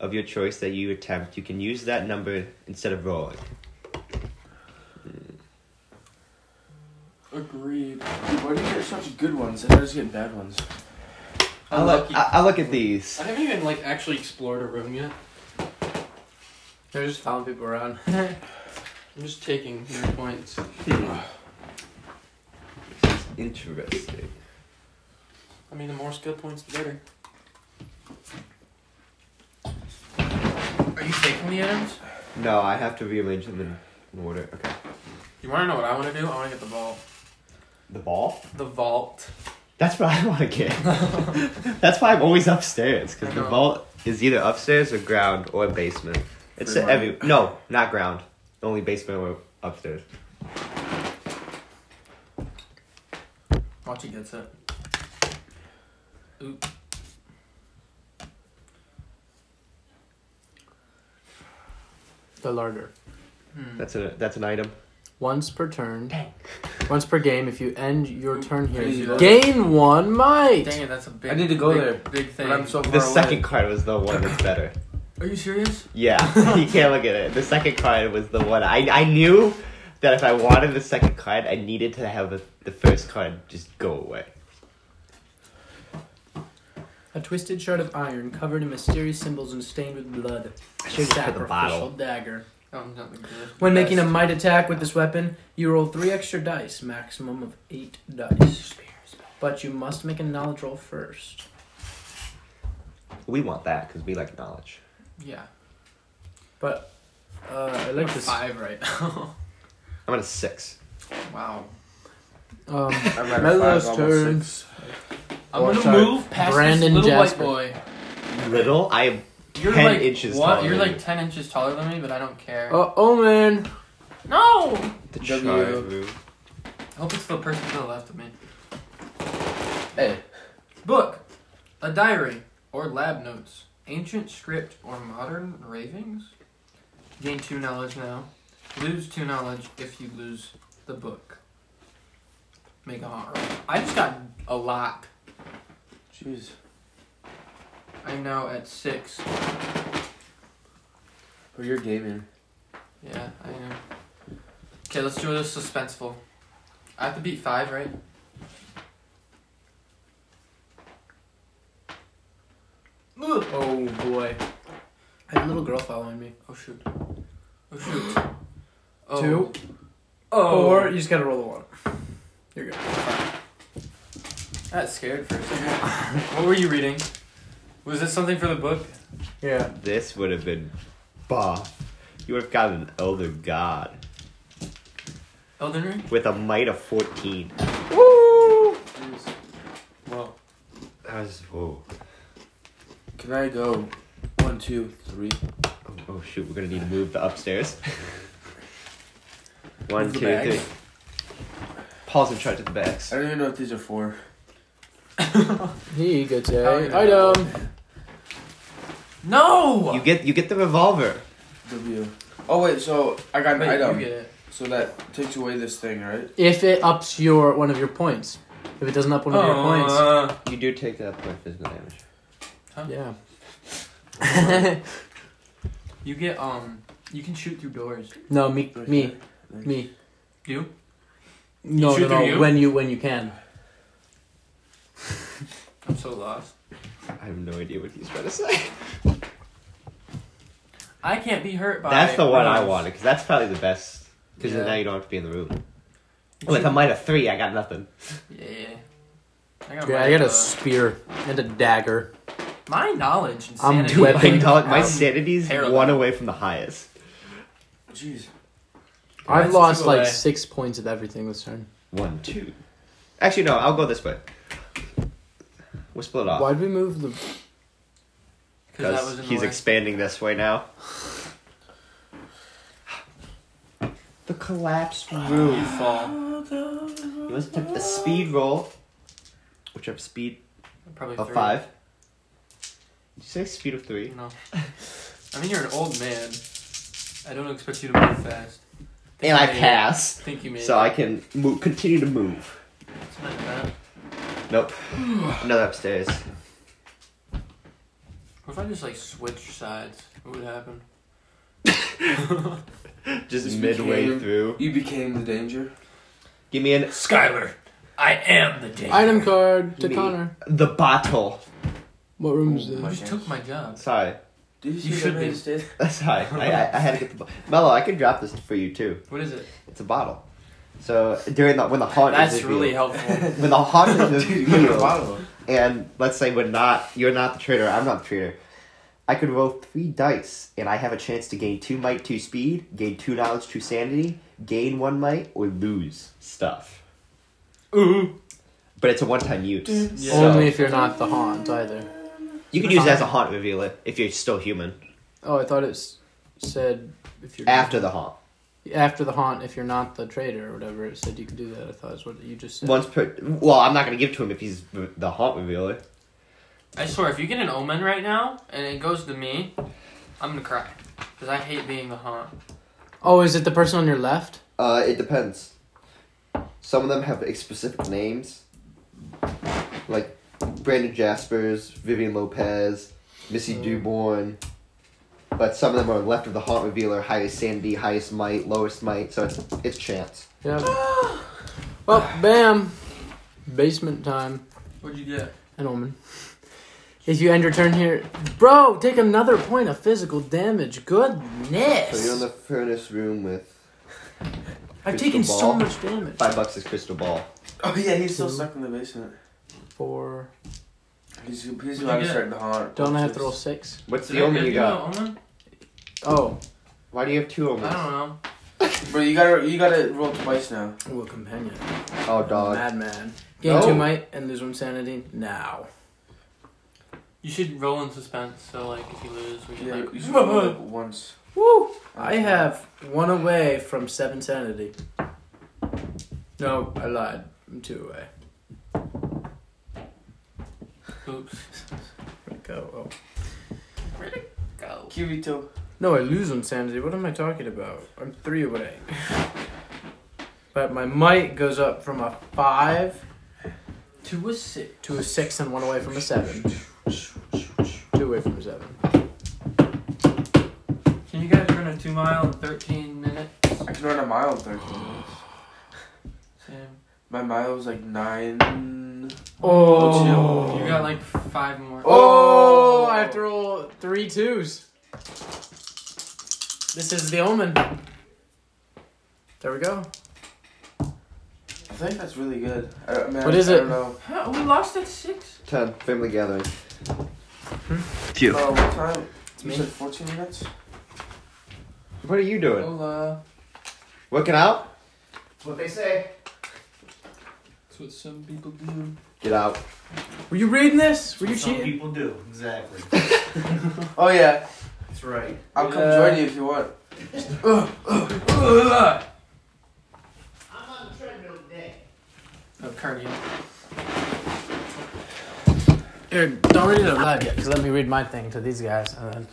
A: of your choice that you attempt, you can use that number instead of rolling.
C: Agreed. Why do you get such good ones and I just get bad ones?
A: I'll look,
E: Unlucky.
A: I- I'll look at these.
G: I haven't even like actually explored a room yet.
B: They're just following people around.
G: I'm just taking your points.
A: This is interesting.
G: I mean, the more skill points, the better.
E: Are you taking the items?
A: No, I have to rearrange them in- in order. Okay.
E: You want to know what I want to do? I want to get the vault.
A: The ball?
E: The vault.
A: That's what I [laughs] want to get. That's why I'm always upstairs because the
E: No.
A: vault is either upstairs or ground or basement. It's
C: Free
A: every no, not ground. Only basement or upstairs.
E: Watch he gets it. Oop.
B: The larder.
E: Hmm.
A: That's a that's an item.
B: Once per turn. Once per game. If you end your turn here,
C: Crazy,
B: you
C: though.
B: gain one might.
E: Dang it, that's a big.
C: I need to go
E: big,
C: there.
E: Big thing.
C: But I'm so far
A: The
C: away.
A: second card was the one that's better.
G: Are you serious?
A: Yeah, [laughs] you can't look at it. The second card was the one I I knew that if I wanted the second card, I needed to have the, the first card just go away.
B: A twisted shard of iron covered in mysterious symbols and stained with blood.
A: I should have put the
B: Sacrificial
A: bottle.
B: dagger.
E: That one's not the good.
B: When
E: Best.
B: making a might attack with this weapon, you roll three extra dice, maximum of eight dice. But you must make a knowledge roll first.
A: We want that because we like knowledge.
E: Yeah. [laughs]
B: Uh, I like this.
E: Five right now.
A: I'm at a six.
E: wow. [laughs]
B: Um,
C: I'm at a
B: Melo's
C: five, almost
B: turn.
C: six.
E: I'm
C: Or
E: gonna
C: sorry,
E: move past
B: Brandon
E: this little
B: Jasper.
E: white boy.
A: Little, I am
E: You're
A: 10
E: like
A: inches
E: what?
A: taller
E: You're
A: than
E: like
A: me.
E: ten inches taller than me, but I don't care.
C: Oh.
B: uh, Omen!
E: No.
A: the
C: W.
A: chart room.
E: I hope it's the person to the left of me.
C: Hey,
E: Book, a diary, or lab notes, ancient script, or modern ravings. Gain two knowledge now. Lose two knowledge if you lose the book. Make a hot roll. I just got a lot.
C: jeez.
E: I'm now at six.
C: Oh, you're gaming.
E: Yeah, I am. Okay, let's do this suspenseful. I have to beat five, right? Ugh.
B: Oh boy. I have a little girl following me.
E: Oh shoot. Oh shoot. Oh.
B: Two.
E: Oh.
B: Or you just gotta roll a one. You're good.
E: That scared for a second. what were you reading? Was this something for the book?
B: Yeah.
A: This would have been buff. You would have gotten an elder god
E: Elden Ring?
A: with a might of 14.
C: Jeez. Well,
A: That was, whoa.
C: can I go? One, two, three.
A: Oh, oh, shoot, we're gonna need to move the [laughs] upstairs. One,
C: Move the
A: two, three.
C: bags.
A: Paul's in charge of the bags.
C: I don't even know if these are for.
B: He gets
E: How
B: a
E: you know?
B: item.
E: No!
A: You get you get the revolver.
C: W. Oh wait, so I got an
E: Wait,
C: item.
E: you get it.
C: So that takes away this thing, right?
B: If it ups your one of your points. If it doesn't up one of your points.
E: Uh,
A: You do take that point physical damage.
B: Yeah. [laughs]
E: you get, um, you can shoot through doors.
B: no, me me.
C: Okay.
B: Me.
E: You?
B: No,
E: shoot
B: no, no.
E: through you?
B: When you when you can.
E: I'm so lost.
A: I have no idea what he's trying to say.
E: I can't be hurt by
A: That's the one I
E: rounds.
A: wanted, because that's probably the best. Because
E: Yeah.
A: now you don't have to be in the room.
E: You
A: With a
E: shoot-
A: might of three, I got nothing.
E: Yeah. I got,
B: Yeah,
E: my,
B: I got
E: uh,
B: a spear and a dagger.
E: my knowledge and
B: I'm
E: sanity.
A: Dude, [laughs]
B: Weapon
A: my, knowledge- my
E: Um,
A: sanity's
E: terrible.
A: one away from the highest.
C: Jeez.
B: I've
E: That's
B: lost
E: two
B: like
E: away.
B: six points of everything this turn.
A: One, two. Actually, Ah. no, I'll go this way. We'll split off.
B: Why'd we move the
E: Because that was
A: Because
E: in the
A: he's
E: way.
A: expanding this way now. The collapsed
E: Ah, You
A: roof.
E: fall.
A: You must attempt a speed roll, which I have speed
E: Probably
A: of
E: three.
A: five. Did you say speed of three?
E: No. I mean, you're an old man. I don't expect you to move fast.
A: And I
E: Think you made it.
A: pass,
E: Think you made
A: so
E: it.
A: I can move, continue to move.
E: It's not bad.
A: Nope. Another upstairs.
E: What if I just like switch sides? What would happen?
A: Just
C: Just
A: midway
C: became-
A: through.
C: You became the danger.
A: Give me an
E: Skyler, I am the danger.
B: Item card to
A: Me. Oh
B: Connor.
A: the bottle.
B: What room is
C: Ooh,
E: You
B: this?
E: just took my job.
A: Sorry, [laughs]
C: Did
E: You should be. [laughs]
C: Stairs?
A: that's high. I, I, I had to get the bo- Mello. I can drop this for you too.
E: What is it?
A: It's a bottle. So during the when the haunt
E: That's
A: is
E: really
A: revealed, [laughs]
E: helpful.
A: when the haunt
E: [laughs]
A: is
C: Oh. [laughs] Dude, you got a
A: revealed,
C: bottle.
A: and let's say we're not you're not the traitor, I'm not the traitor. I could roll three dice, and I have a chance to gain two might, two speed, gain two knowledge, two sanity, gain one might, or lose stuff.
E: Ooh. Mm-hmm.
A: But it's a one-time use.
E: Yeah.
A: So
B: Only if you're not the haunt either.
A: you can use it as a haunt revealer if you're still human
B: Oh, I thought it s- said if you're
A: after the haunt.
B: after the haunt if you're not the traitor or whatever. It said you could do that. I thought is what you just said.
A: Once per. Well, I'm not gonna give to him if he's the haunt revealer.
E: I swear, if you get an omen right now and it goes to me, I'm gonna cry because I hate being the haunt.
B: Oh, is it the person on your left?
A: Uh, it depends. Some of them have like, specific names, like Brandon Jaspers, Vivian Lopez, Missy Duborn. But some of them are left of the haunt revealer, highest sanity, highest might, lowest might. So it's it's chance. [gasps]
B: Yeah. well, bam. Basement time.
E: What'd you get?
B: An omen. If you end your turn here, bro, take another point of physical damage. Goodness.
A: So you're in the furnace room with
B: I've taken
A: crystal
B: so
A: ball.
B: much damage.
A: five bucks is crystal ball.
C: Oh yeah, he's still
E: Mm-hmm.
B: Two.
C: stuck in the basement.
B: Four.
C: He's he's
E: you
C: about to
E: get?
C: start the haunt.
B: Don't I have to roll
C: Just-
B: six?
A: What's
E: Did
A: the
E: I
A: omen
E: get
A: you got?
E: an Omen?
B: Oh,
A: Why do you have two
E: I
A: omens?
E: don't know.
C: Bro, you gotta you gotta roll twice now.
B: ooh, a companion.
A: Oh dog.
B: Madman. Gain
A: No.
B: two might and lose one sanity now.
E: You should roll in suspense. So like, if you lose, we should
C: Yeah,
E: like.
C: you should roll
E: [laughs]
C: like once.
B: Woo! I have one away from seven sanity. No, I lied. I'm two away.
E: Oops.
B: Let go. Oh.
E: Where'd it go?
C: Kirito.
B: No, I lose on sanity. What am I talking about? I'm three away. but my might goes up from a five
E: Two was six.
B: to a six and one away from a seven. Two away from a seven.
E: Can you guys run a two mile in thirteen minutes?
C: I can run a mile in thirteen minutes.
E: Sam?
C: My mile was like nine.
B: Oh,
E: You got like five more.
B: Oh, I have to roll three twos. This is the omen. There we go.
C: I think that's really good. I, don't- I mean,
B: What
C: I,
B: is
C: I
B: it?
C: don't know.
E: Huh, we lost at six.
A: Ten family gathering.
E: Hmm?
A: Phew.
C: Oh, what time? you
B: me.
C: said fourteen minutes.
A: What are you doing?
E: Hola.
A: Working out? What they say.
E: That's what some people do.
A: Get out.
B: Were you reading this? Were you
H: Some
B: cheating?
H: people do, exactly.
C: Oh yeah,
H: That's right.
C: I'll come
E: Yeah.
C: join you if you want.
E: Hola.
A: I'm on the treadmill today.
E: Oh, cardio.
B: Here, don't read it out loud yet, because let me read my thing to these guys, and then,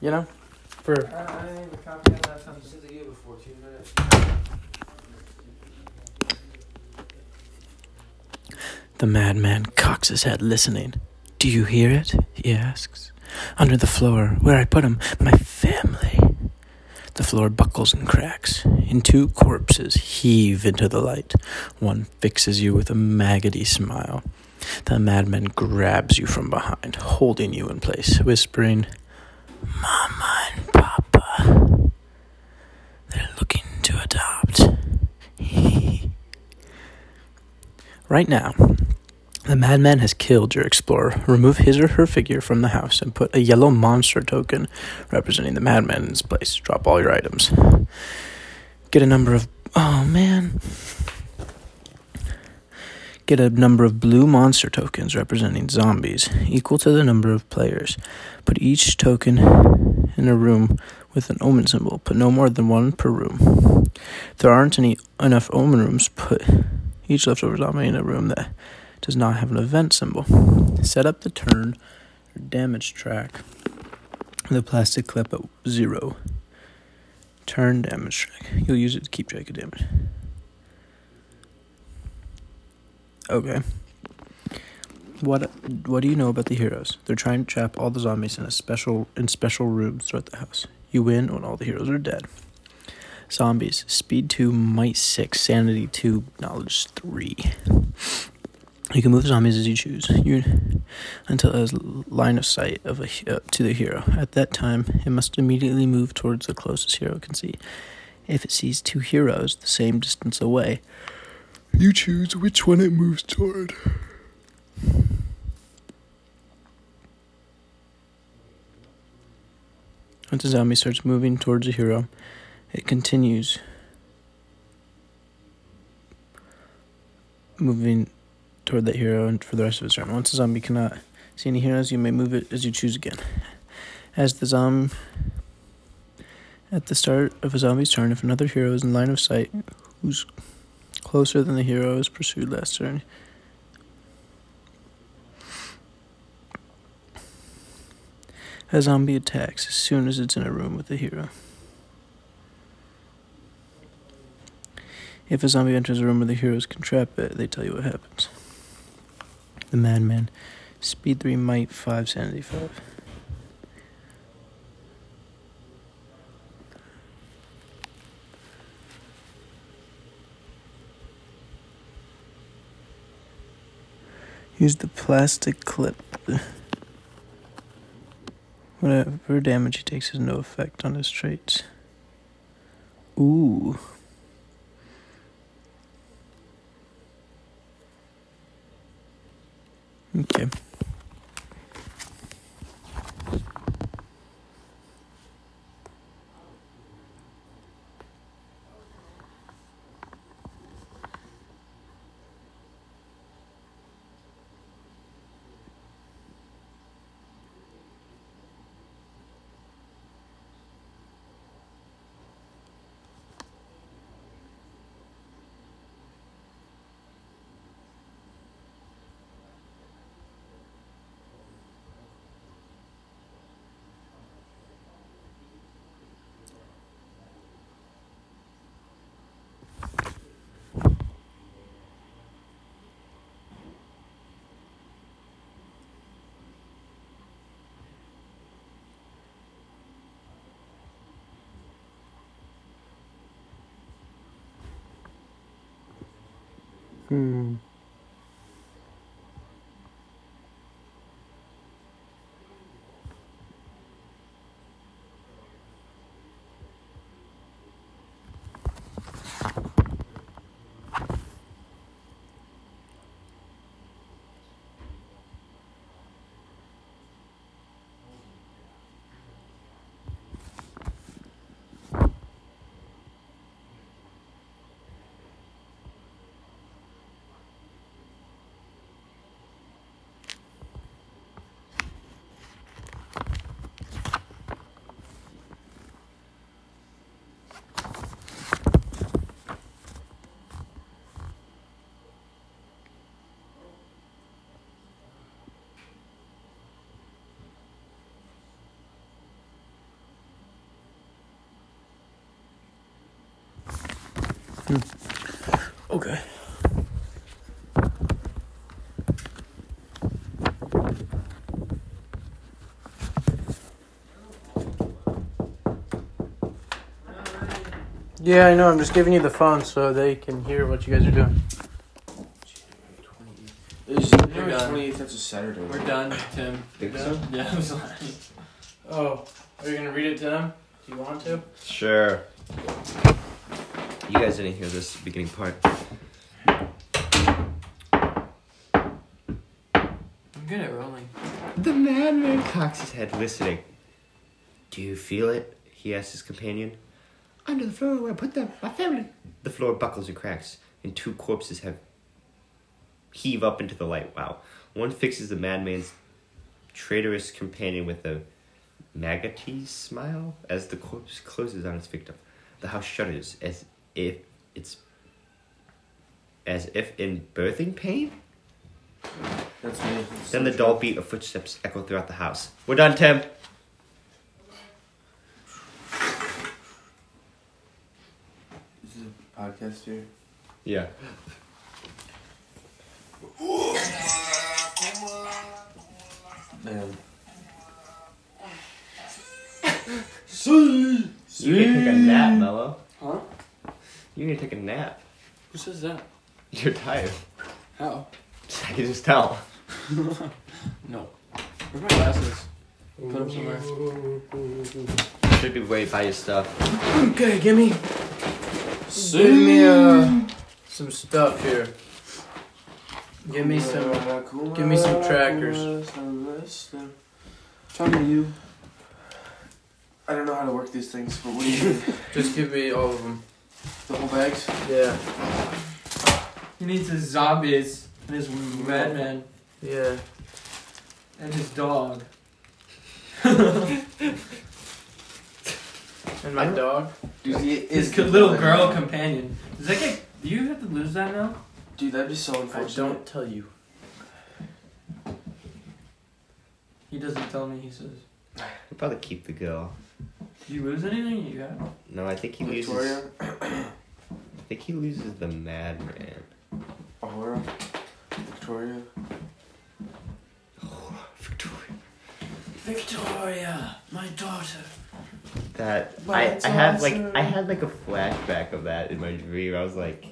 B: you know, for
C: I have a copy of that time. Since I gave it fourteen minutes.
I: The madman cocks his head, listening. Do you hear it? he asks. Under the floor, where I put him, my family. The floor buckles and cracks, and two corpses heave into the light. One fixes you with a maggoty smile. The madman grabs you from behind, holding you in place, whispering, Mama and Papa. They're looking to adopt. [laughs] right now, the madman has killed your explorer. Remove his or her figure from the house and put a yellow monster token representing the madman in its place. Drop all your items. Get a number of. Oh man.
B: Get a number of blue monster tokens representing zombies equal to the number of players. Put each token in a room with an omen symbol, but no more than one per room. If there aren't any enough omen rooms, put each leftover zombie in a room that does not have an event symbol. Set up the turn or damage track with a plastic clip at zero. Turn damage track. You'll use it to keep track of damage. Okay. What what do you know about the heroes? They're trying to trap all the zombies in a special in special rooms throughout the house. You win when all the heroes are dead. Zombies, speed 2, might 6, sanity 2, knowledge 3. You can move zombies as you choose. You until it has line of sight of a, he- uh, to the hero. At that time, it must immediately move towards the closest hero it can see. If it sees two heroes the same distance away, you choose which one it moves toward. Once the zombie starts moving towards a hero, it continues moving toward that hero and for the rest of its turn. Once the zombie cannot see any heroes, you may move it as you choose again. As the zombie at the start of a zombie's turn, if another hero is in line of sight who's closer than the hero is pursued last turn, a zombie attacks as soon as it's in a room with the hero. If a zombie enters a room where the heroes can trap it, they tell you what happens. The Madman. Speed 3, Might 5, Sanity 5. Use the plastic clip. [laughs] Whatever damage he takes has no effect on his traits. Ooh. Okay. Hmm. Okay.
J: Yeah, I know. I'm just giving you the phone so they can hear what you guys are doing.
C: It's
E: We're
C: January
E: done.
C: 28th. That's a Saturday.
E: We're done, Tim.
A: Think so?
E: Yeah, [laughs] I'm sorry.
J: Oh, are you gonna read it to them? Do you want to?
A: Sure. You guys didn't hear this beginning part.
E: I'm good at rolling.
A: The madman cocks his head, listening. Do you feel it? He asked his companion. Under the floor where I put them, my family. The floor buckles and cracks, and two corpses have heave up into the light. Wow. One fixes the madman's traitorous companion with a maggoty smile as the corpse closes on its victim. The house shudders as if it's as if in birthing pain.
C: That's me.
A: Then the dull beat of footsteps echo throughout the house. We're done, Tim.
C: This is a podcast here.
A: Yeah.
C: Man.
A: You need to take a nap, Mello.
E: Huh?
A: You need to take a nap. [laughs]
E: Who says that?
A: You're tired. [laughs]
E: How?
A: I can just tell.
E: No. Where's my glasses? Put them somewhere.
A: Should be way by your stuff.
E: Okay, give me.
B: Give me uh, some stuff here. Give me some. give me some trackers.
C: Tell me you. I don't know how to work these things, but what do you need?
B: Just give me all of them.
C: The whole bags?
B: Yeah.
E: He needs his zombies and his madman
B: Yeah.
E: and his dog.
B: And my dog.
C: Dude, he is
E: [laughs] His co-
C: the
E: little
C: villain.
E: girl companion. Does that get? Do you have to lose that now?
C: Dude, that'd be so
B: I
C: unfortunate.
B: don't tell you.
E: He doesn't tell me. He says,
A: We'll probably keep the girl.
E: "Do you lose anything? You got it."
A: No, I think he loses.
C: Victoria,
A: I think he loses the madman.
C: Aurora, Victoria.
A: Victoria.
E: Victoria, my daughter.
A: That I, I had like I had like a flashback of that in my dream. I was like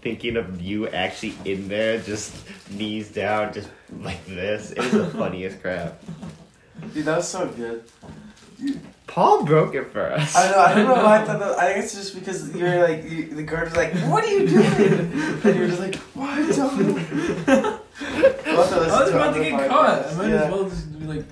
A: thinking of you actually in there, just knees down, just like this. It was the [laughs] funniest crap.
C: Dude, that was so good.
A: Paul broke it for us.
C: I don't know. I don't know why I thought that. I think it's just because you're like you, the guard was like, "What are you doing?" [laughs] and you were just like, "Why [laughs] are you telling me?" I
E: I was about to get caught. I might
C: yeah.
E: as well just be like,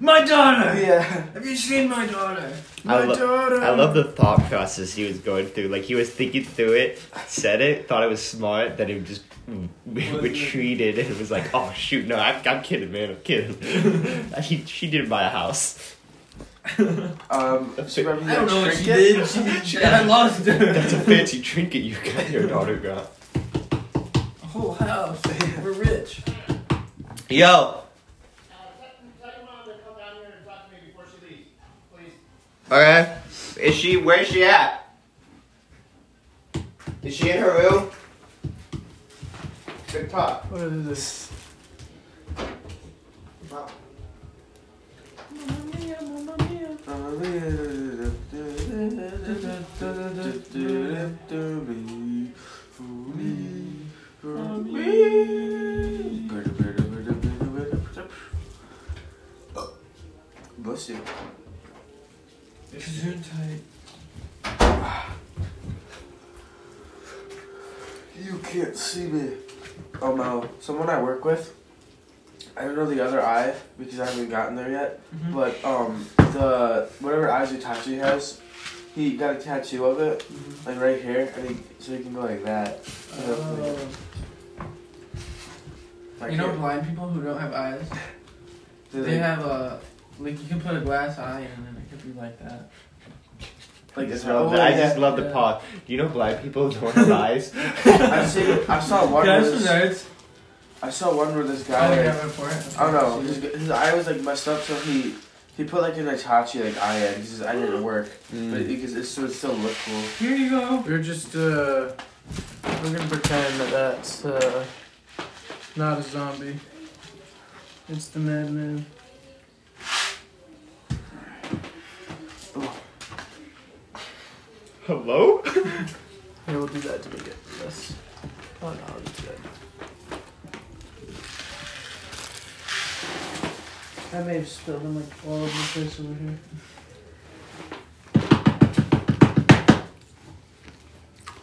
E: my daughter.
C: [laughs] Yeah.
E: Have you seen my daughter?
A: I
E: My
A: lo-
E: daughter.
A: I love the thought process he was going through. Like he was thinking through it, said it, thought it was smart, then he just re-
E: Wasn't it?
A: retreated and was like, "Oh shoot, no, I'm, I'm kidding, man, I'm kidding." [laughs] she she didn't buy a house.
C: Um,
A: That's
C: she
A: it.
C: grabbed me
E: I don't
C: that
E: know what she
C: trinket.
E: did. She, she, I
A: [laughs]
E: lost her.
A: That's a fancy trinket you got your daughter got.
E: A whole house. We're rich.
A: Yo, okay, is she? Where's she at? Is she in her room? Good talk.
B: What is this?
C: Bless you.
E: Gesundheit.
C: You can't see me. Oh no. Someone I work with, I don't know the other eye because I haven't gotten there yet.
E: Mhm.
C: But um, the whatever Izutachi has, he got a tattoo of it, like right here, and he so he can go like that.
E: Oh.
C: Like
E: Uh, you know
C: here.
E: blind people who don't have eyes?
C: Do
E: They have a like you can put a glass eye in and it could be like that.
A: I
C: like this.
A: just
C: Oh,
A: love, the, I
C: yeah.
A: just love the
E: yeah.
A: pause. You know, black people [laughs] don't have eyes.
C: I've seen. I
E: [laughs]
C: saw one. Where
E: Guys Oh, from
C: this,
E: nerds.
C: I saw one where this
E: I
C: guy.
E: don't
C: like,
E: have it for it.
C: I don't know. His, his eye was like messed up, so he he put like an Itachi like eye in because his eye didn't work,
A: Mm. Hmm.
C: but because it so it still looked cool.
E: Here you go.
B: We're just uh, we're gonna pretend that that's uh, not a zombie. It's the madman.
A: Hello?
B: Here, we'll do that to get this. Oh no, I'll do that. I may have spilled them like all over the place over here.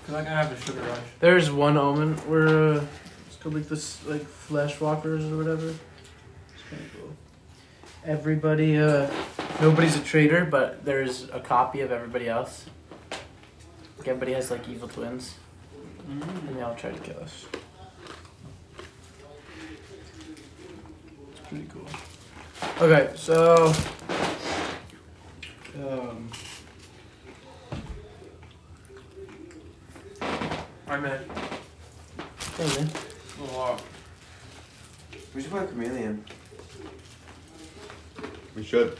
E: Cause I gotta have a sugar rush.
B: There's one omen. We're uh, it's called like this, like flesh walkers or whatever. It's kinda cool. Everybody, uh, nobody's a traitor, but there's a copy of everybody else.
E: Mm.
B: Like everybody has like evil twins, and they all try to kill us.
H: pretty cool.
K: Okay, so. Um,
E: I mean,
K: hey, man.
E: a lot.
C: We should play Chameleon.
A: We should.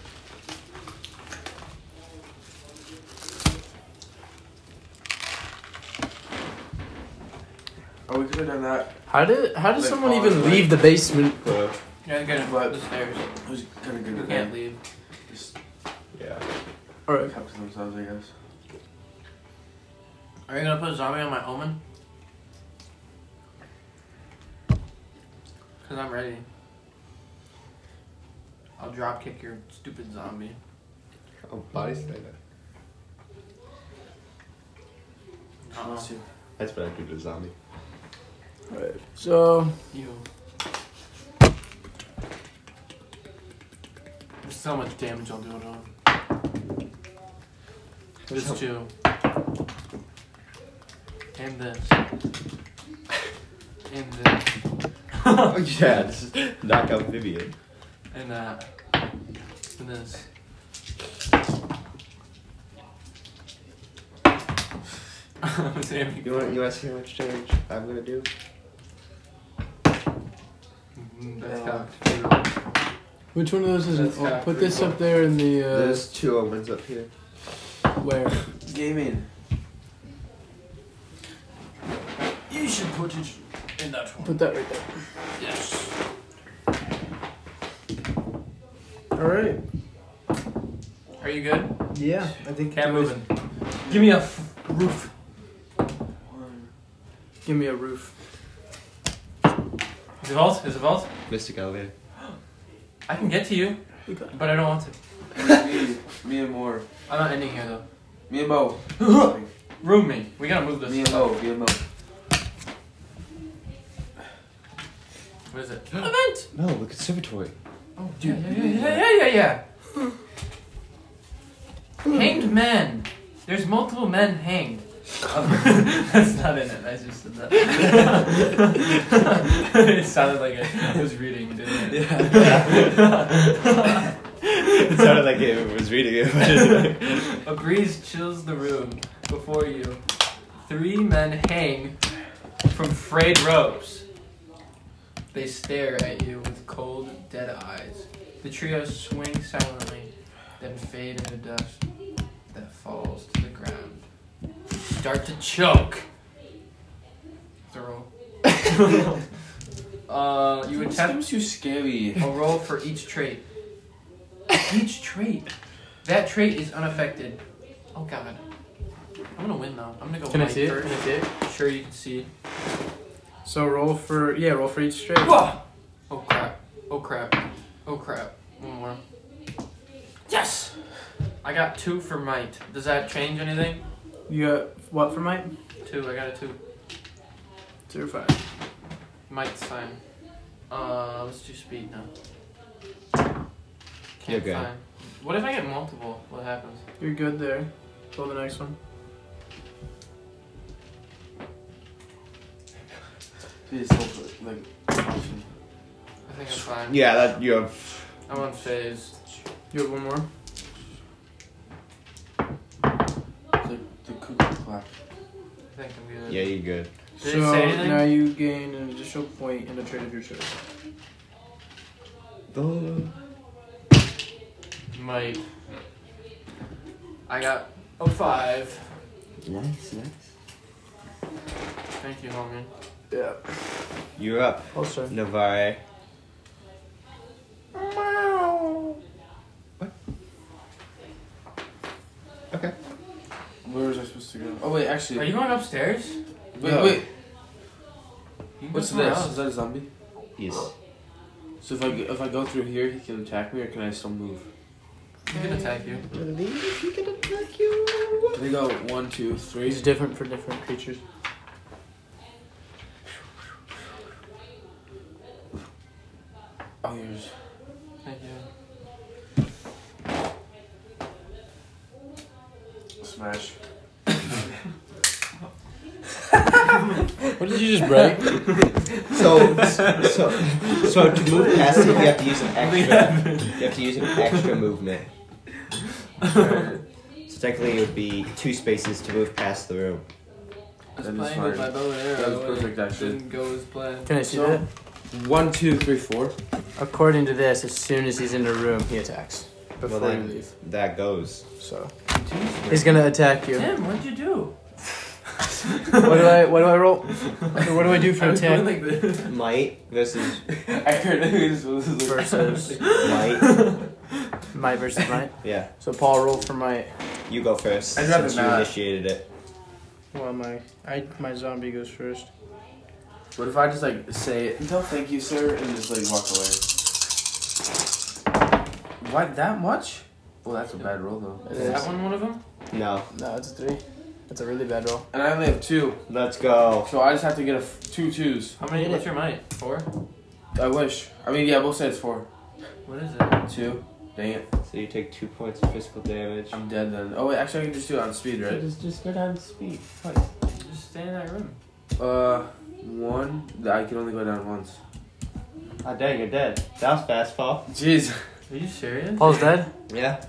C: Oh, we could have done that.
B: How did how does
C: Like
B: someone
C: all
B: even
C: the way.
B: leave the basement?
A: Uh,
E: Yeah, get it.
C: But-
E: The stairs.
C: It was kind of good
E: You
C: with
E: can't
C: them.
E: leave.
C: Just
A: yeah.
B: All right,
C: kept to themselves, I guess.
E: Are you gonna put a zombie on my omen? Cause I'm ready. I'll drop kick your stupid zombie.
A: Oh, body slider.
E: Oh,
C: Let's see.
A: That's what I do to a zombie. [laughs]
B: so
E: you. There's so much damage I'll do it on. This too. And this. And this.
A: Oh, yeah, this is knock out Vivian.
E: And that. And this. [laughs] Sammy,
A: You want you want to see how much damage I'm gonna do?
E: Mm, That's
C: No.
E: cocked.
B: which one of those is it?
E: That's
B: Oh,
E: half
B: put this
E: three
B: up there in the uh,
A: There's two omens up here.
B: where?
C: Gaming.
E: You should put it in that one.
B: Put that right there.
E: Yes.
K: All right.
E: Are you good?
K: Yeah, I think.
E: Can't move it. Give me a f- roof.
B: Give me a roof.
E: Is it vault? Is it vault?
A: Mystic elevator.
E: I can get to you, but I don't want to.
C: me, [laughs] me and more.
E: I'm not ending here though.
C: Me and Mo.
E: [laughs]
C: me
E: Room me. We gotta move this.
C: and Mo. Me and Mo.
E: What is it? Event.
A: No, the conservatory.
E: Oh, dude. Yeah, yeah, yeah, yeah, yeah. Hanged men. There's multiple men hanged. Oh, [laughs] That's not in it. I just said that. [laughs] it sounded like I was reading, didn't it?
A: [laughs] It sounded like it was reading it.
E: A breeze chills the room before you. Three men hang from frayed ropes. They stare at you with cold, dead eyes. The trio swing silently, then fade into dust that falls to the ground. Start to choke. Throw. [laughs] uh, you
C: This
E: attempt
C: game's too scary.
E: a roll for each trait. Each trait. That trait is unaffected. Oh god. I'm gonna win though. I'm gonna go
B: Can I
E: white
B: see it? Can I
E: first.
B: see it?
E: Sure you can see. it.
B: So roll for yeah, roll for each straight.
E: Whoa! Oh crap. Oh crap. Oh crap. One more. Yes! I got two for might. Does that change anything?
B: You got what for Mike?
E: Two, I got a two.
B: Zero five.
E: Might sign. Uh let's do speed now.
A: You're
E: Can't
A: good.
E: find. What if I get multiple? What happens?
B: You're good there. Roll the next one.
C: Please don't put, like, option.
E: I think I'm
A: [laughs]
E: fine.
A: yeah, that you have.
E: I'm unfazed.
B: You have one more.
C: It's like the cuckoo clock.
E: I think I'm good.
A: Yeah, you're good.
E: Did
B: so
E: it say anything?
B: now you gain an additional point and a trade of your choice.
E: Might. I got a five.
A: Nice, nice.
E: Thank you, homie.
B: Yeah.
A: You're up,
B: Also.
A: Navarre.
C: Where was I supposed to go? Oh, wait, actually.
E: Are you going upstairs?
C: wait,
A: No.
C: wait.
E: You can go
C: What's
E: somewhere
C: this?
E: else.
C: Is that a zombie?
A: Yes.
C: So if I, go- if I go through here, he can attack me, or can I still move?
E: He can attack you.
C: Can I go one, two, three?
B: It's different for different creatures.
C: Oh, yours.
E: Thank you.
C: [laughs] Smash.
I: What did you just break?
A: So, so, [laughs] so to [laughs] move past it, you have to use an extra.
C: [laughs]
A: You have to [laughs] use an extra movement. So technically, it would be two spaces to move past the room.
E: I was
C: That is
E: playing with
C: fine.
E: my bow and
C: That
E: arrow.
C: was
E: and it
C: perfect, actually.
E: Didn't go as planned.
B: Can I see
C: So-
B: that?
C: One, two, three, four.
B: According to this, as soon as he's in the room, he attacks. Before
A: Well,
B: you
A: then-
B: leave.
A: That goes.
B: So. He's gonna attack you.
E: Tim, what'd you do?
B: What do I what do I roll? [laughs] What do [laughs] I do for
E: I was going
B: attack
E: like this.
A: Might versus
C: [laughs] I heard this was
B: versus
A: [laughs] might.
B: might versus might?
A: Yeah,
B: So Paul roll for might.
A: you go 1st
C: I'd rather
A: since you
C: not.
A: initiated it.
B: Well my I my zombie goes first.
C: What if I just like say no, thank you, sir, and just like walk away? What that much? Well, that's a bad roll though.
B: It
E: Is that
B: is.
E: one one of them?
A: No,
B: No, it's a three. That's a really bad roll.
C: And I only have two,
A: let's go.
C: so I just have to get a f- two twos.
E: How many? What's your might? Four?
C: I wish. I mean, yeah, we'll say it's four,
E: What is it?
C: two. Dang it,
A: So you take two points of physical damage.
C: I'm dead then. Oh wait, actually, I can just do it on speed, right?
A: Just, just go down to speed.
E: Just stay in that room.
C: Uh, one. I can only go down once.
A: Ah, dang, you're dead. That was fast, Paul.
C: Jeez.
E: Are you serious?
B: Paul's dead?
A: Yeah.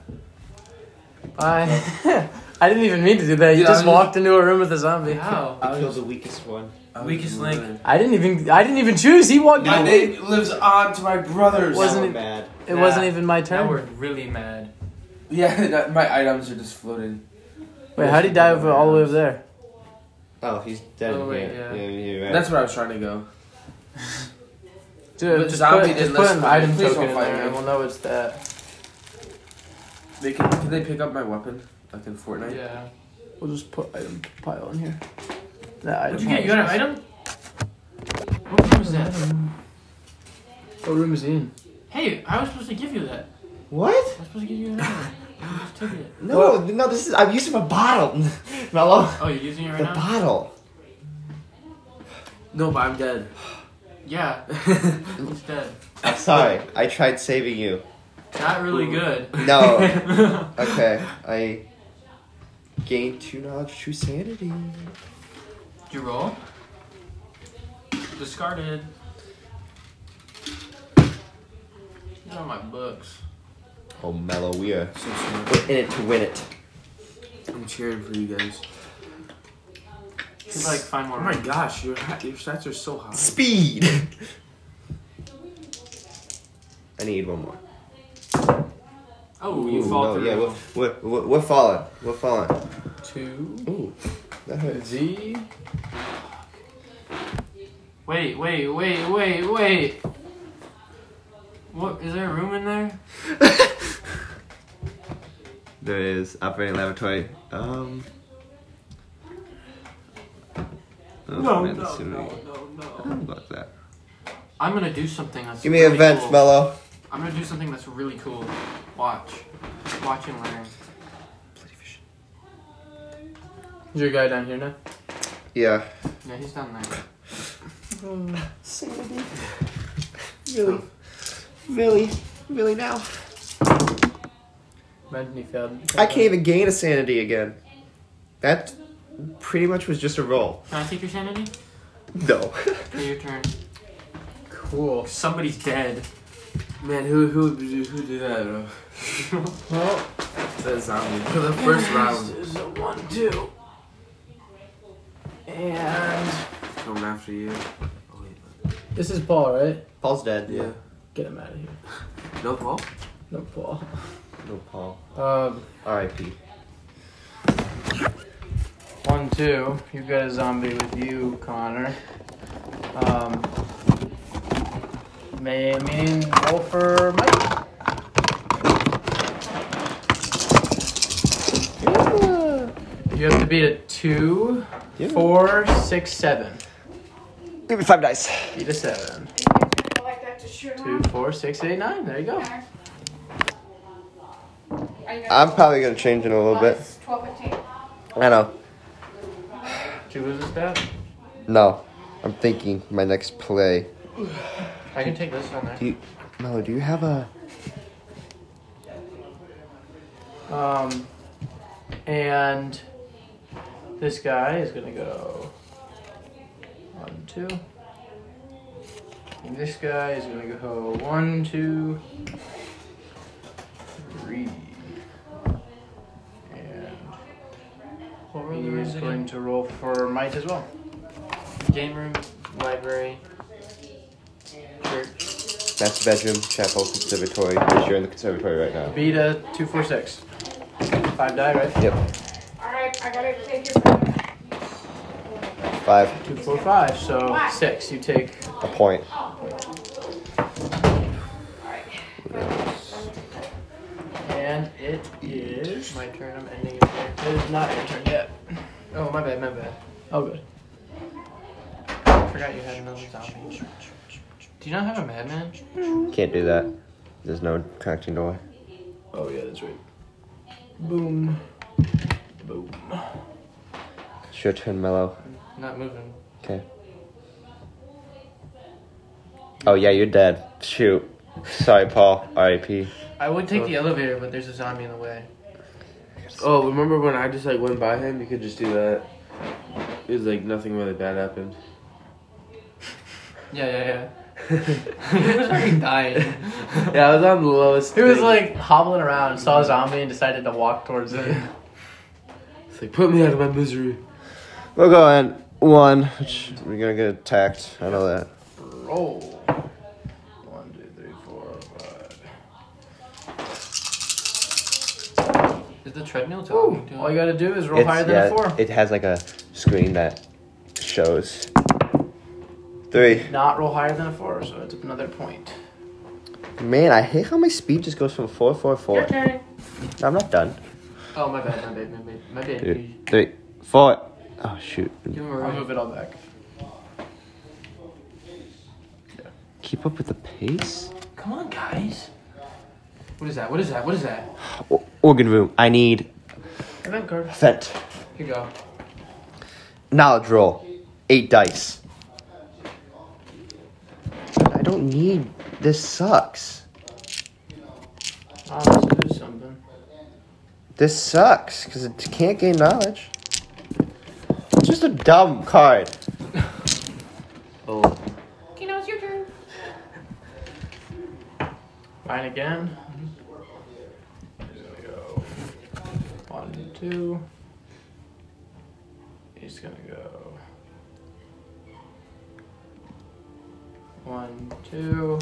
B: Bye. [laughs] I didn't even mean to do that. You
C: Dude,
B: just
C: I'm just-
B: walked into a room with a zombie.
E: How?
A: I killed the weakest one.
E: Weakest link.
B: I didn't even I didn't even choose. He walked
C: My
B: in.
C: name lives on to my brothers.
B: Wasn't
A: Now we're
B: it-
A: mad?
B: It wasn't
E: Nah.
B: even my
E: Now
B: turn.
E: we're really mad.
C: Yeah, [laughs] that, my items are just floating.
B: Wait, how'd he die over, all the way over there?
A: Oh, he's dead.
E: Oh, wait,
A: here.
E: yeah.
A: yeah you're right.
C: That's where I was trying to go.
B: Dude,
C: But
B: just put,
C: zombie didn't
B: just put
C: listen
B: an
C: to me.
B: item
C: Please
B: token
C: don't
B: in
C: fight
B: there
C: me.
B: and we'll know it's that.
C: They can, can they pick up my weapon like in Fortnite?
E: Yeah.
B: We'll just put item pile in here. That item
E: What'd you get? You
B: pile.
E: got an item? What room was that?
B: What room is he in?
E: Hey, I was supposed to give you that.
A: What?
E: I was supposed to give you an item. You just took it.
A: No, no. This is. I'm using my bottle, [laughs] Mello.
E: Oh, you're using it right
A: The
E: now?
A: bottle.
C: No, but I'm dead. [laughs]
E: yeah. He's dead.
A: I'm sorry. I tried saving you.
E: Not really good.
A: No.
E: [laughs]
A: okay. I gained two knowledge, true sanity.
E: Did you roll? Discarded. Get on my books.
A: Oh, Mello, we are
C: So smart.
A: we're in it to win it.
C: I'm cheering for you guys.
E: Should like find
C: Oh
E: more.
C: my gosh, your ha- your stats are so high.
A: Speed. I need one more.
E: Oh, you
A: Ooh,
E: fall
A: no,
E: through.
A: Yeah, we're, we're, we're, we're falling. We're falling.
B: Two.
A: Ooh, that hurts.
B: Z.
E: Wait, wait, wait, wait, wait. What is there a room in there?
A: There is operating laboratory. Um. oh, man, it's so weird.
E: no,
A: I don't know about that.
E: I'm gonna do something that's
A: Give me a
E: really
A: vent,
E: cool.
A: Mello.
E: I'm gonna do something that's really cool. Watch. Watch and learn.
B: Is your guy down here now?
A: Yeah.
E: Yeah, he's down there.
A: Sanity. Really, really, really now.
B: Imagine he failed.
A: I can't even gain a sanity again. That pretty much was just a roll.
E: Can I take your sanity?
A: No.
E: Okay, your turn.
B: Cool.
E: Somebody's dead.
C: Man, who who would do- who did that? Bro?
E: [laughs]
B: Well,
C: That zombie for the first round.
B: is a one, two. And
C: Coming after you. Oh wait,
B: this is Paul, right?
A: Paul's dead.
C: yeah.
B: Get him out of here.
C: No Paul.
B: No Paul.
A: No, Paul.
B: Um,
A: R.I.P.
B: one, two. You've got a zombie with you, Connor. Um, may mean roll for Mike. You have to beat a two,
A: Yeah.
B: four, six, seven.
A: Give me five dice.
B: Beat a seven.
H: like that to shoot
B: Two, four, six, eight, nine. There you go.
A: I'm probably gonna change in a little bit.
H: 12 and 10.
A: I know.
B: Did you lose a stat?
A: No. I'm thinking my next play.
B: I can take this one there.
A: Do you, Mello, do you have a.
B: Um, and this guy is gonna go. One, two. And this guy is gonna go one, two, three. And
E: What were the
B: he is
E: rules
B: going
E: again?
B: to roll for might as well.
E: Game room, library, church.
A: That's bedroom, chapel, conservatory. Because you're in the conservatory right now.
B: Beta two four six. Five die, right?
H: All right, I gotta take your phone.
A: Five,
B: Two four five, so six. You take
A: a point.
B: and it is
E: My turn. I'm ending it there.
B: it is not your turn yet.
E: Oh, my bad, my bad.
B: Oh good.
E: I forgot you had another zombie. Do you not have a madman?
A: Can't do that. There's no connecting door.
B: Oh yeah, that's right. Boom. Boom.
A: It's your turn, Mellow.
E: Not moving.
A: Okay. Oh yeah, you're dead. Shoot. Sorry, Paul. R.I.P.
E: I would take the elevator, but there's a zombie in the way.
C: Oh, remember when I just like went by him? You could just do that. It was like nothing really bad happened.
E: Yeah, yeah, [laughs] yeah. he was
B: [laughs]
E: already dying.
C: Yeah, I was on the lowest.
B: He was
C: thing.
B: like hobbling around, saw a zombie, and decided to walk towards it.
C: It's like, put me out of my misery.
A: We're going one. which We're gonna get attacked. I know that.
B: Roll. One, two, three, four, five.
E: Is the treadmill talking to
B: All you
E: him?
B: gotta do is roll higher than a four.
A: It has like a screen that shows. Three.
B: Not roll higher than a four, so it's another point.
A: Man, I hate how my speed just goes from four, four, four. I'm not done.
E: Oh, my bad, my bad, my bad. My bad.
A: Three, three, four. Oh shoot!
E: Give him a
B: I'll
E: ride.
B: move it all back.
A: Keep up with the pace.
E: Come on, guys. What is that? What is that? What is that?
A: O- organ room. I need
B: Event card.
A: vent.
E: Here you go.
A: Knowledge roll. Eight dice. I don't need. This sucks.
B: Oh, let's do something.
A: This sucks because it can't gain knowledge. It's just a dumb [laughs] card.
C: Oh,
H: Okay, now it's your turn.
B: Mine again. There we go. One, two. He's gonna go. One, two.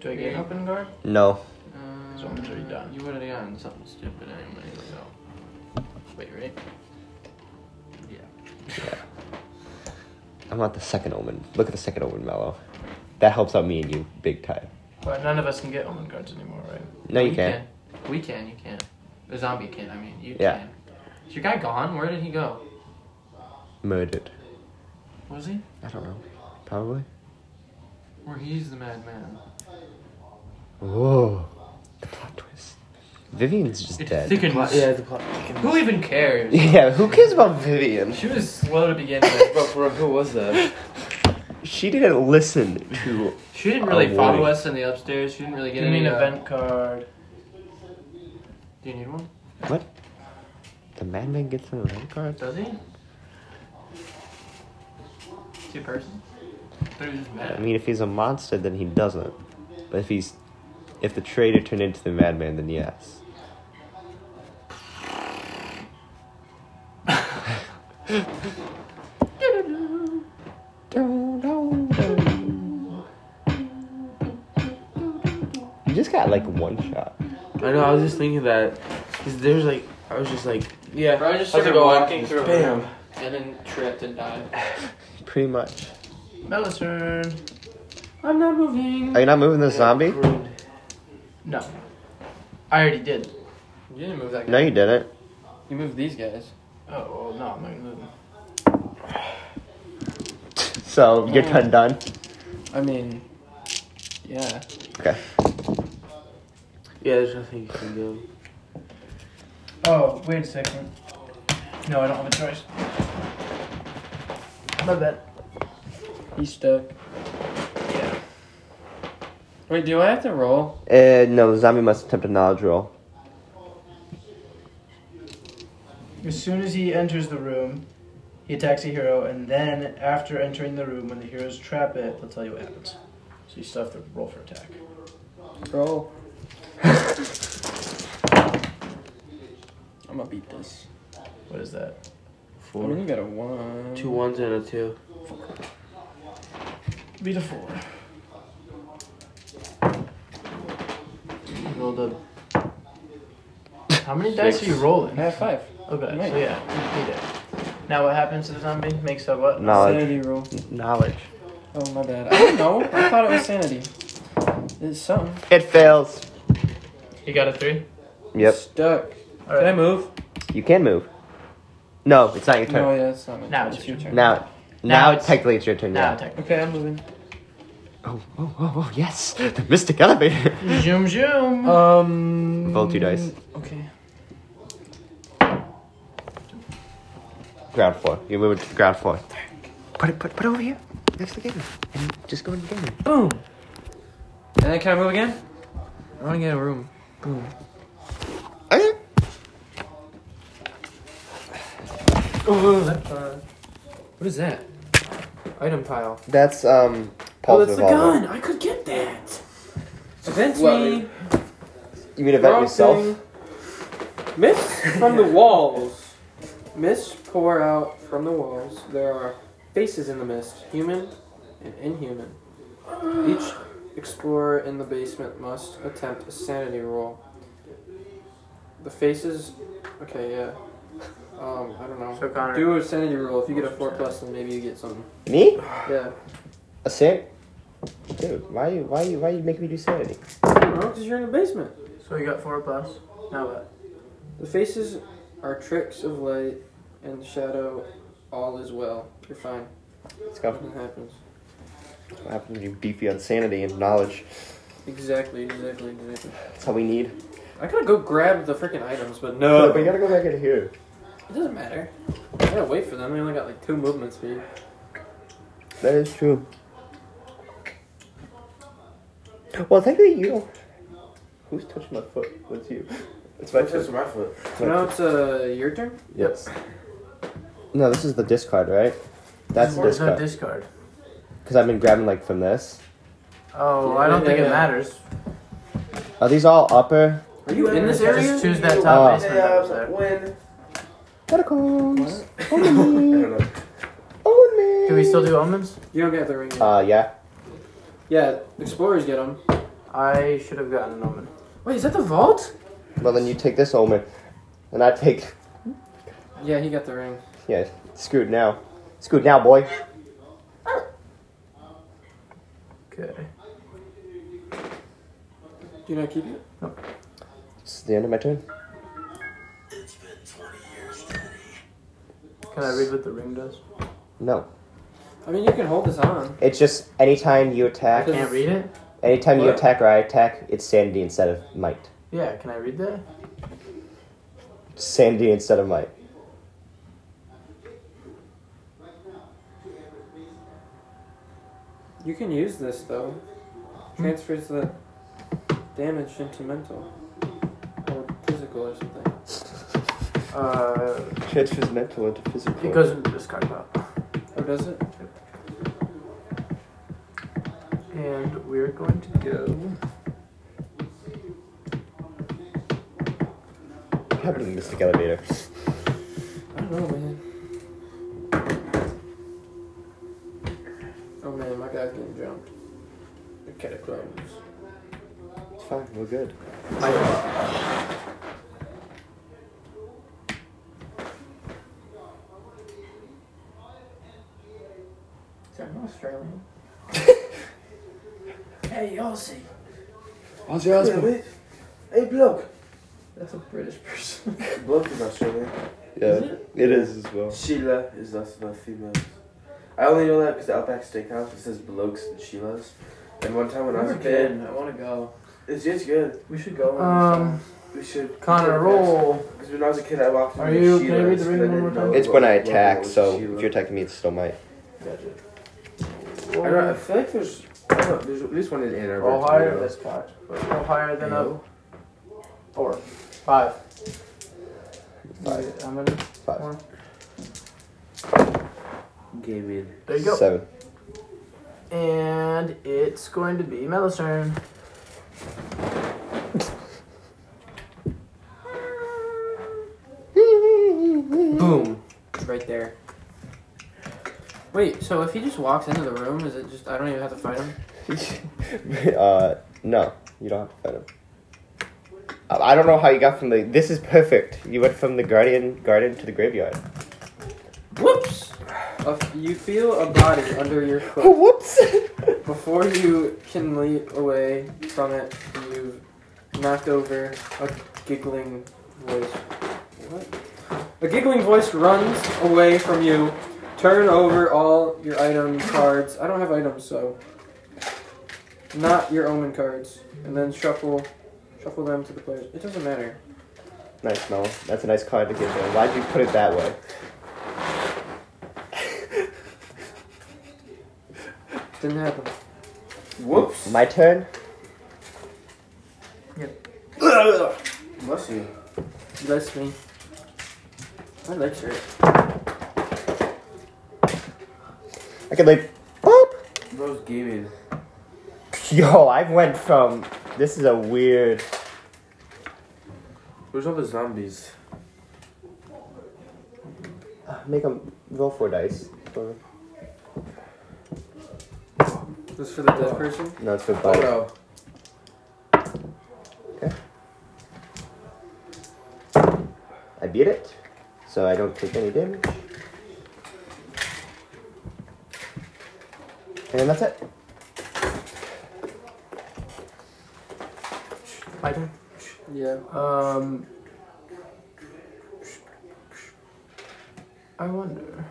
B: Do I get an open guard?
A: No.
E: Uh,
B: So I'm already done.
E: You would have gotten something stupid anyway, so. Wait, right?
A: I want the second omen. Look at the second omen, Mellow. That helps out me and you big time.
B: But none of us can get open guards anymore, right?
A: No, you
E: We
A: can't.
E: can. We can, you can. The zombie can, I mean. You
A: Yeah.
E: can. Is your guy gone? Where did he go?
A: Murdered.
E: Was he?
A: I don't know. Probably.
E: Where he's the madman.
A: Whoa. The plot twist. Vivian's just
E: It
A: dead.
E: thickens.
C: plot, yeah, the plot.
E: Who even cares?
A: [laughs] Yeah, who cares about Vivian?
E: She was slow to begin with.
C: Bro, for real, who was that?
A: She didn't listen to.
E: She
A: Oh,
E: didn't really follow
A: boy.
E: us in the upstairs. She didn't really get
B: You
E: any
B: mean
E: uh,
B: event card?
E: Do you need one?
A: The madman gets an event card?
E: Does he? Two person. They're just
A: I
E: mad.
A: mean, if he's a monster, then he doesn't. But if he's. If the traitor turned into the madman, then yes. [laughs] You just got like one shot.
C: I know. I was just thinking that. Cause there's like, I was just like, yeah.
E: Bro, I just
C: How's it
E: started
C: going?
E: walking through a
C: Bam.
E: room. and then tripped and died.
A: Pretty much.
B: Bella's turn.
C: I'm not moving.
A: Are you not moving the zombie?
B: No. I already did.
E: You didn't move that guy.
A: No, you didn't.
E: You moved these guys.
B: Oh, well, no, I'm not gonna move him.
A: So your turn done.
E: I mean, yeah.
C: Yeah, there's nothing you can do.
B: Oh, wait a second. No, I don't have a choice. My bad.
E: He's stuck.
B: Yeah.
E: Wait, do I have to roll?
A: Uh, no, the zombie must attempt a knowledge roll.
B: as soon as he enters the room, he attacks the hero, and then after entering the room, when the heroes trap it, they'll tell you what happens. So you still have to roll for attack.
E: [laughs] Roll. I'm gonna beat this.
B: What is that?
E: I
C: Four.
E: only got a one.
C: Two ones and a two.
B: Beat a four.
C: Rolled a
B: How many dice are
C: Six.
B: you rolling?
E: I have five.
B: Okay,
E: Nice.
B: so yeah, you beat it. Now what happens to the zombie? Makes a what?
A: Knowledge.
E: Sanity roll.
A: Knowledge.
E: Oh my bad. I don't know. I thought it was sanity. It's something.
A: It fails.
B: You got a three?
A: Yep.
E: Stuck.
B: All right.
E: Can I move?
A: You can move. No, it's not your
E: No,
A: turn.
E: yeah, it's not my
B: Now
E: turn.
B: it's your
E: turn.
A: Now,
B: Now
A: now,
B: it's-
A: technically it's your turn.
B: Now
A: Yeah.
B: attack.
E: Okay, I'm moving.
A: Oh, oh, oh, oh, yes. [laughs] The Mystic Elevator. [laughs]
B: Zoom zoom.
E: Um.
A: Roll two dice.
E: Okay.
A: ground floor. You move it to the ground floor. Put it, put, put it over here. Next to the game. And just go in the game.
E: Boom. And then can I move again? I want to get a room. Boom.
A: Okay.
E: What is that?
L: Item pile.
A: That's, um,
E: Oh,
A: Paul's
E: that's the
A: revolver.
E: gun. I could get that. Event
C: Well,
E: me.
A: You mean event yourself?
E: Miss from the walls. Mist pour out from the walls. There are faces in the mist, human and inhuman. Each explorer in the basement must attempt a sanity roll. The faces. Okay, yeah. Um, I don't know.
B: So Connor.
E: Do a sanity roll. If you get a four plus, then maybe you get something.
A: Me?
E: Yeah.
A: A san? Dude, why you, why you, why you making me do sanity?
E: I don't know, cause you're in the basement.
B: So you got four plus. Now what?
E: The faces are tricks of light and shadow. All is well. You're fine.
A: It's got
E: Nothing happens.
A: what happens when you beat me on sanity and knowledge.
E: Exactly. Exactly. Exactly.
A: That's all we need.
E: I gotta go grab the freaking items,
A: But
E: but no.
A: we gotta go back in here.
E: It doesn't matter. I gotta wait for them. They only got like two movement speed.
A: That is true. Well, technically you don't... Who's touching my foot? What's you? It's my turn.
C: my foot.
A: It's my
E: Now it's uh your turn.
A: Yes. No, this is the discard, right? That's the
B: Or is that
A: discard.
B: discard?
A: Because I've been grabbing like from this.
B: Oh, I don't think it
E: Yeah.
B: matters.
A: Are these all upper
E: Are you in this area?
B: Just choose that
A: Oh.
B: top basement that was there.
C: When?
A: catacombs? [laughs] Own me. Own me.
B: Do we still do omens?
E: You don't get the ring. Yet.
A: Uh, yeah.
E: yeah, explorers get them.
B: I should have gotten an omen.
E: Wait, is that the vault?
A: Well, then you take this omen, and I take.
E: Yeah, he got the ring.
A: Yeah, screwed now. Screwed now, boy.
B: Okay.
E: Do you not keep it?
A: This is the end of my turn.
B: Can I read what the ring does?
A: No,
E: I mean, you can hold this on.
A: it's just anytime you attack,
E: Okay.
B: Can't read it?
A: anytime you
E: What?
A: attack or I attack, it's sanity instead of might.
B: Yeah, can I read that?
A: Sanity instead of might.
E: You can use this though. Transfers the damage into mental or physical or something.
B: Uh,
A: Transfers mental into physical.
B: it goes into discard pile.
E: Or Oh, does it?
B: And we're going to go.
A: what happened to the mystic elevator?
E: I don't know, man. Oh man, my guy's getting jumped. The catacombs.
A: It's fine. We're good.
B: Is that [laughs] Australian? hey, Aussie.
A: How's your
B: Hey, bloke. That's a British person.
C: Bloke is Australian.
A: Yeah, it is as well.
C: Oh. Sheila is also not females. I only know that because Outback Steakhouse it says blokes and Sheilas. And one time when I was a kid,
B: I want to go.
C: it's just good.
B: We should go.
L: Um,
C: We should.
L: Connor, roll.
C: Because when I was a kid, I walked into
L: Are you-
C: Sheila's.
L: can I read the ring
C: and
L: one more
C: didn't know
L: time?
A: It's
C: what
A: when I
C: level
A: attack,
C: was
A: so
C: Sheila.
A: if you're attacking me, it's still might.
C: I, don't, I feel like there's. I don't know, there's at least one in Ann Arbor.
L: Roll higher. That's five. Roll higher than a four. Five.
A: Five.
L: I'm gonna
A: Five.
C: Gaming.
B: There you go. [laughs]
A: Seven. [laughs]
B: And it's going to be Melo's turn.
M: Boom. Right there. Wait, so if he just walks into the room, is it just I don't even have to fight him?
A: uh, no, you don't have to fight him. I I don't know how you got from the. This is perfect. You went from the guardian garden to the graveyard.
M: Whoops! A f- you feel a body under your
A: Oh,
M: foot.
A: [laughs] whoops!
M: Before you can leap away from it, you've knocked over a giggling voice. What? A giggling voice runs away from you. Turn over all your item cards. I don't have items, so not your omen cards. And then shuffle, shuffle them to the players. It doesn't matter.
A: nice, Mel. That's a nice card to give there. Why'd you put it that way?
M: Didn't happen. Whoops.
A: My turn?
C: Bless you.
M: Bless me. I like shirt.
A: I could, like, boop!
C: Bro's gaming.
A: Yo, I went from. This is a weird.
C: Where's all the zombies?
A: Make them roll four dice. Or-
M: This for the dead person.
A: No, it's for
C: Oh
A: bite.
C: no.
A: I beat it, so I don't take any damage. And that's it.
B: My turn.
M: Yeah.
B: Um. I wonder.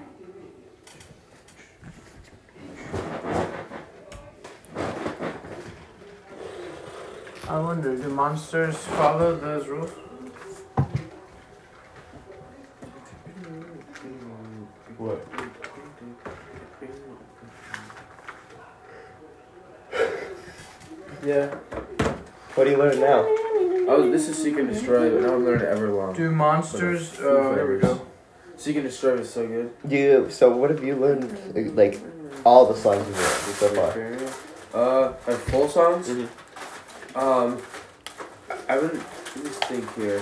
B: I wonder, do monsters follow those rules?
C: What?
M: Yeah.
A: What do you learn now?
C: Oh, this is Seek and Destroy, but now I'm learning Everlong.
B: Do monsters?
C: Flavors.
B: Oh, there we go.
C: Seek and Destroy is so good.
A: You. So what have you learned? Like all the songs you've learned so far.
C: Uh, like full songs. Um, I- I wouldn't. Let me think here.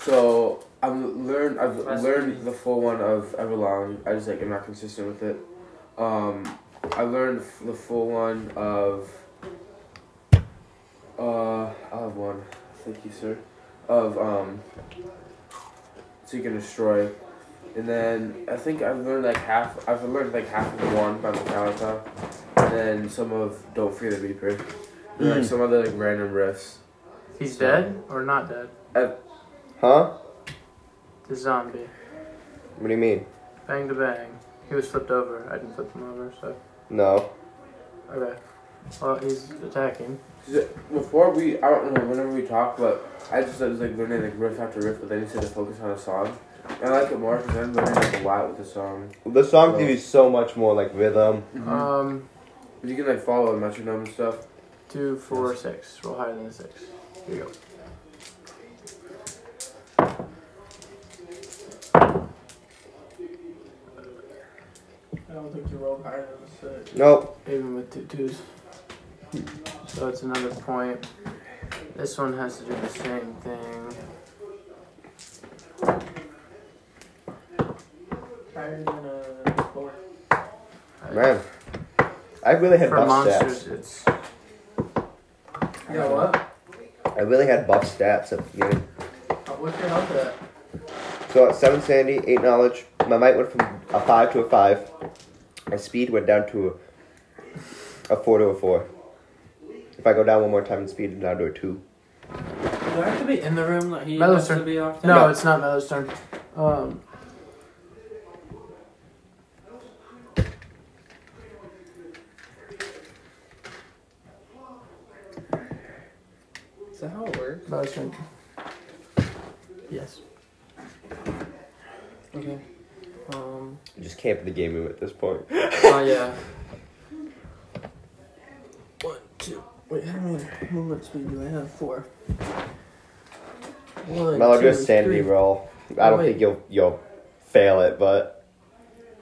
C: So I'm learn. I've
E: Last
C: learned
E: movie.
C: the full one of Everlong. I just like am not consistent with it. Um, I learned f- the full one of. Uh, I have one. Thank you, sir. Of um. Seek and destroy, and then I think I've learned like half. I've learned like half of the one by Metallica, and then some of Don't Fear the Reaper, and, like
A: Mm.
C: some other like random riffs.
B: Hmm. He's dead or not dead?
A: Huh?
B: The zombie.
A: What do you mean?
B: Bang to bang. He was flipped over. I didn't flip him over, so.
A: No.
B: Okay. Well, he's attacking.
C: Before we, I don't know, whenever we talk, but I just was like learning like riff after riff, but then you said to focus on a song. And I like it more because I'm learning like a lot with the song.
A: The song
C: No.
A: gives you so much more like rhythm.
M: Mm.
B: Um,
C: But you can like follow a metronome and stuff.
B: two, four, six. Roll higher than a six. Here you go.
E: I don't think you rolled higher than a six.
A: Nope.
B: Even with two twos. So it's another point. This one has to do the same thing.
E: Higher than a four.
A: Man, I really had
B: For
A: buff
B: monsters,
A: stats.
B: it's
E: You know
M: Uh,
E: what?
A: I really had buff stats at the beginning.
E: Uh, What's your health at?
A: So at seven sandy, eight knowledge. My might went from a five to a five. My speed went down to a, a four to a four. If I go down one more time in speed, I'm down to a two.
M: Do I have to be in the room that he
B: Melo's
M: has to
B: turn.
M: be off?
B: no, it's not Melo's turn. Um,
M: Is that how it works?
B: Melo's turn. Yes.
M: Okay. Um.
A: I just can't play the game room at this point.
M: Oh yeah. One, two. Wait, how many movement speed do I have? Four. One,
A: Melo,
M: two,
A: do a sanity
M: three.
A: roll. I
M: Oh,
A: don't
M: wait.
A: think you'll you'll fail it, but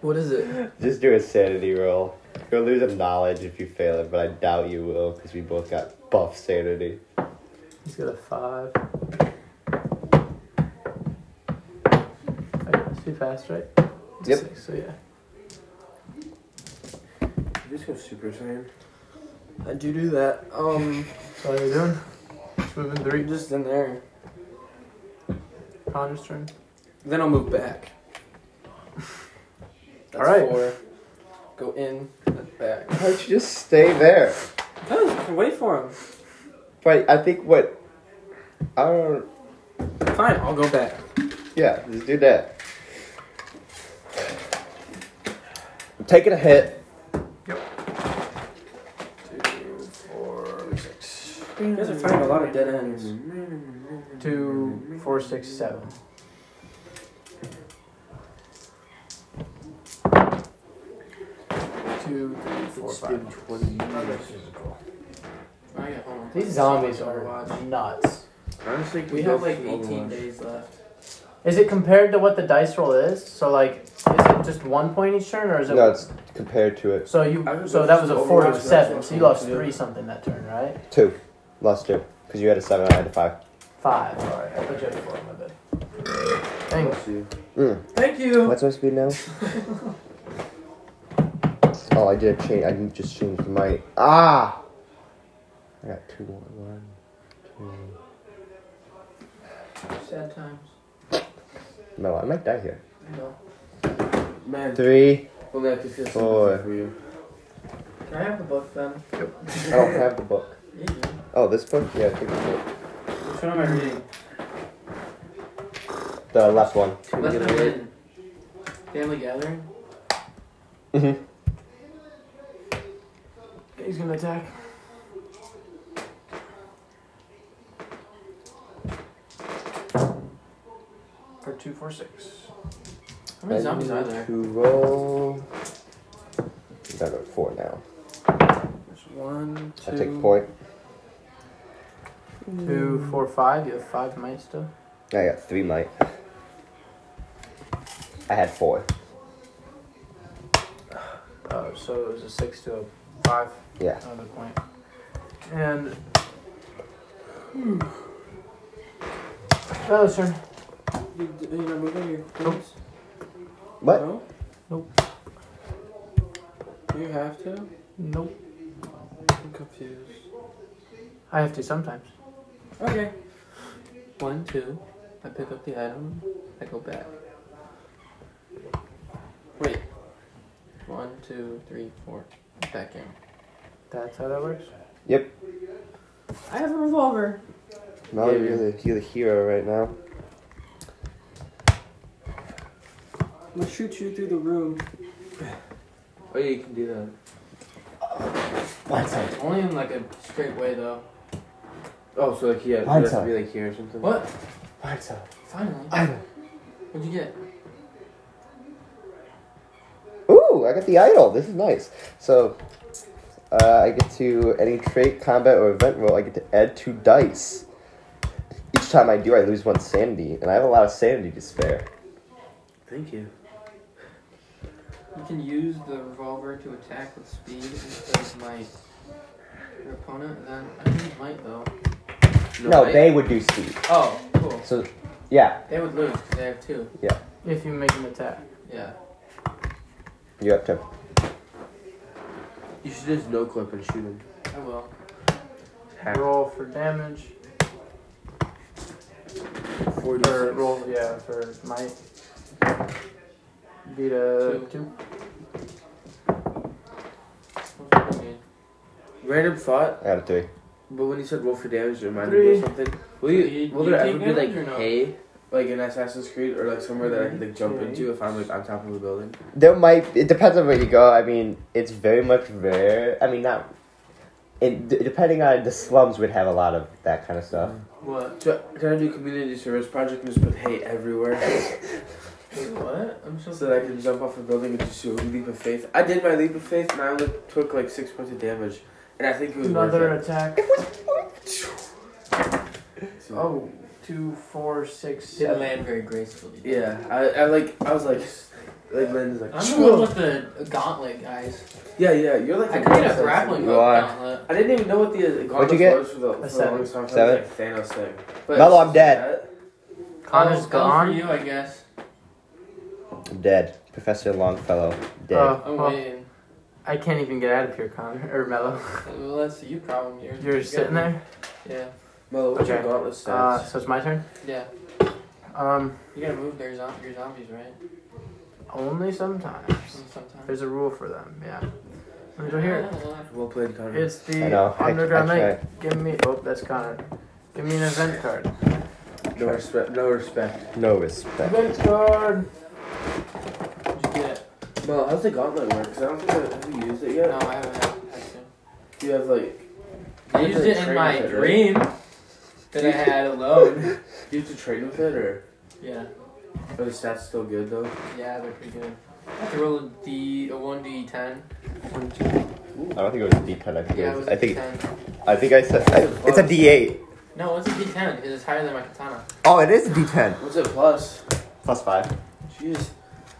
B: What is it?
A: just do a sanity roll. You'll lose a knowledge if you fail it, but I doubt you will because we both got buff sanity.
C: He's got a five. I it's too fast, right? It's
A: Yep.
C: Six, so yeah.
M: Just go Super Saiyan.
C: I do do that. Um,
D: That's all you're doing. Just moving
M: Three,
D: three.
M: just in there.
D: Connor's turn.
M: Then I'll move back. [laughs] That's
D: Alright.
M: Four. Go in, then back.
A: Why don't you just stay there?
M: Oh, you can wait for him.
A: But I think what I don't.
M: Fine, I'll go back.
A: Yeah, just do that. I'm taking a hit.
M: Two, four, six. You guys are finding a lot of dead ends.
C: two, four, six, seven. Two, three, four, five.
K: These zombies are nuts.
C: Honestly, can
K: We
C: go
K: have
C: for
K: like
C: some
K: 18
C: Overwatch?
K: days left.
B: Is it compared to what the dice roll is? So like, is it just one point each turn, or is it?
A: No, it's compared to it.
B: So you,
C: I was
B: so
C: just
B: that was a
C: overwatch,
B: four to
C: that's
B: seven.
C: what
B: So you
C: I'm
B: lost
C: doing.
B: three something that turn, right?
A: Two. Lost two. Because you had a seven, I had a five.
B: Five. All right, I put you at four. My bad. Dang.
C: Bless you.
A: Mm.
M: Thank you!
A: What's my speed now? oh, I did a change. I didn't just change my. Ah! I got two, one, one,
M: Sad times.
A: two. No, I might die here.
C: Man,
A: Three.
C: only I could feel something
A: Four.
C: for you.
M: Can I have the book then?
A: I don't have the book. Oh, this book? Yeah, take the book.
M: Which one am I reading?
A: The last one.
C: Can we get away?
M: Family Gathering?
A: Mm-hmm.
M: He's gonna attack.
D: For two, four, six.
M: How many zombies are there?
A: To roll. I got a four now.
M: There's one, two,
A: I take point.
B: Two, four, five. You have five mice still.
A: I got three might. I had four.
B: Oh, so it was a six to a five.
A: Yeah.
B: Another point. And. Oh, sir.
M: You, you're not moving your things?
A: What?
M: No? You have to?
B: Nope.
M: I'm confused.
B: I have to sometimes.
M: Okay. One, two. I pick up the item. I go back. Wait. One, two, three, four. Back in.
B: That's how that works.
M: I have a revolver.
A: Molly,
M: Yeah.
A: you're, the, you're the hero right now.
M: I'm gonna shoot you through the room.
C: Oh, yeah, you can do that.
A: Blindside.
M: Only in like a straight way though.
C: Oh, so like, yeah, it has to be like here or something.
M: What?
A: Blindside.
M: Finally.
A: Idol.
M: What'd you get?
A: Ooh, I got the idol. This is nice. So, uh, I get to any trait, combat, or event roll. I get to add two dice. Each time I do, I lose one sanity, and I have a lot of sanity to spare.
C: Thank you.
M: You can use the revolver to attack with speed instead of might. Your opponent, and then I need might though.
A: No,
M: I-
A: they would do speed.
M: Oh, cool.
A: So, yeah,
M: They would lose 'cause they have two.
B: If you make an attack.
M: Yeah.
A: you're up to.
C: You should just no clip and shoot him.
M: I will.
C: Hack.
B: Roll for damage.
C: Forty.
B: Or roll, yeah, for might. Beat a
M: Two.
B: two.
M: What's the name?
C: Random thought,
A: I got a three.
C: but when you said roll for damage, it reminded me
B: Three.
C: of something. Will
M: So
C: you?
M: you-
C: will
M: you
C: there
M: take
C: ever be like
M: damage or no?
C: hay, like in Assassin's Creed, or like somewhere that I can like jump
B: Okay.
C: into if I'm like on top of a building?
A: There might. It depends on where you go. I mean, it's very much rare. I mean, not. It, d- depending on the slums, would have a lot of that kind of stuff.
M: What?
C: So, can I do community service project and just put hay
M: [laughs]
C: everywhere
M: Wait, what? I'm so
C: so that I can jump off a building and just do a leap of faith? I did my leap of faith and I only took like six points of damage, and I think it was
B: Another
C: worth
B: attack.
C: it. So-
B: Oh,
N: two, four, six,
E: Didn't
N: seven.
E: land very gracefully.
C: Yeah, I, I like I was like like Lynn's like
E: I'm the one with the gauntlet, guys.
C: yeah yeah you're like
E: I
C: the
E: created a
C: boss of
E: grappling
C: the-
A: You are.
E: gauntlet.
C: I didn't even know what the uh,
A: What'd you
C: gauntlet
A: get?
C: was for the, for the
N: seven.
C: longest time.
A: Seven.
C: Like Thanos thing. But
A: Mello, I'm dead.
E: Connor's
B: uh, Connor's
E: gone. For you, I guess.
A: I'm dead. Professor Longfellow. Dead.
O: Uh,
B: Oh,
E: I'm
B: oh,
E: waiting.
B: I can't even get out of here, Connor or
E: [laughs]
B: Mello.
E: Well, that's you problem. You're,
B: You're
E: you
B: sitting there.
E: Yeah,
C: Mello, what's your
B: Okay.
C: gauntlet stats?
B: Uh, so it's my turn.
E: yeah.
B: Um,
E: You gotta move their zom- your zombies, right?
B: only sometimes.
E: Sometimes. Oh,
B: There's a rule for them. Yeah. Let me go here.
C: well played, Connor.
B: It's
A: I
B: the
A: know. I, I
B: underground
A: tried.
B: knight. Give me. Oh, that's Connor. Give me an event
E: [laughs]
B: card.
C: No respect. No respect.
A: No respect.
B: Event card.
E: What'd you get?
C: Mello, how's the gauntlet work? 'Cause I don't think I have you used it yet.
E: No, I haven't. Had to.
C: Do you have like?
E: I
C: you
E: used
C: have to
E: it in
C: train
E: my
C: with it, right?
E: dream that I had alone.
C: Do you have to train with it or
E: [laughs] yeah,
C: are the stats still good though?
E: yeah, they're pretty good. I have to roll a D, a one D ten.
A: I don't think it was a D10. I think
E: Yeah, it
A: it
E: was
A: was.
E: a
A: I think.
E: D10.
A: I think I said. I, it's a D8.
E: No, it's a D ten because it's higher than my katana.
A: Oh, it is a D10.
C: What's it plus?
A: Plus five.
C: Jeez.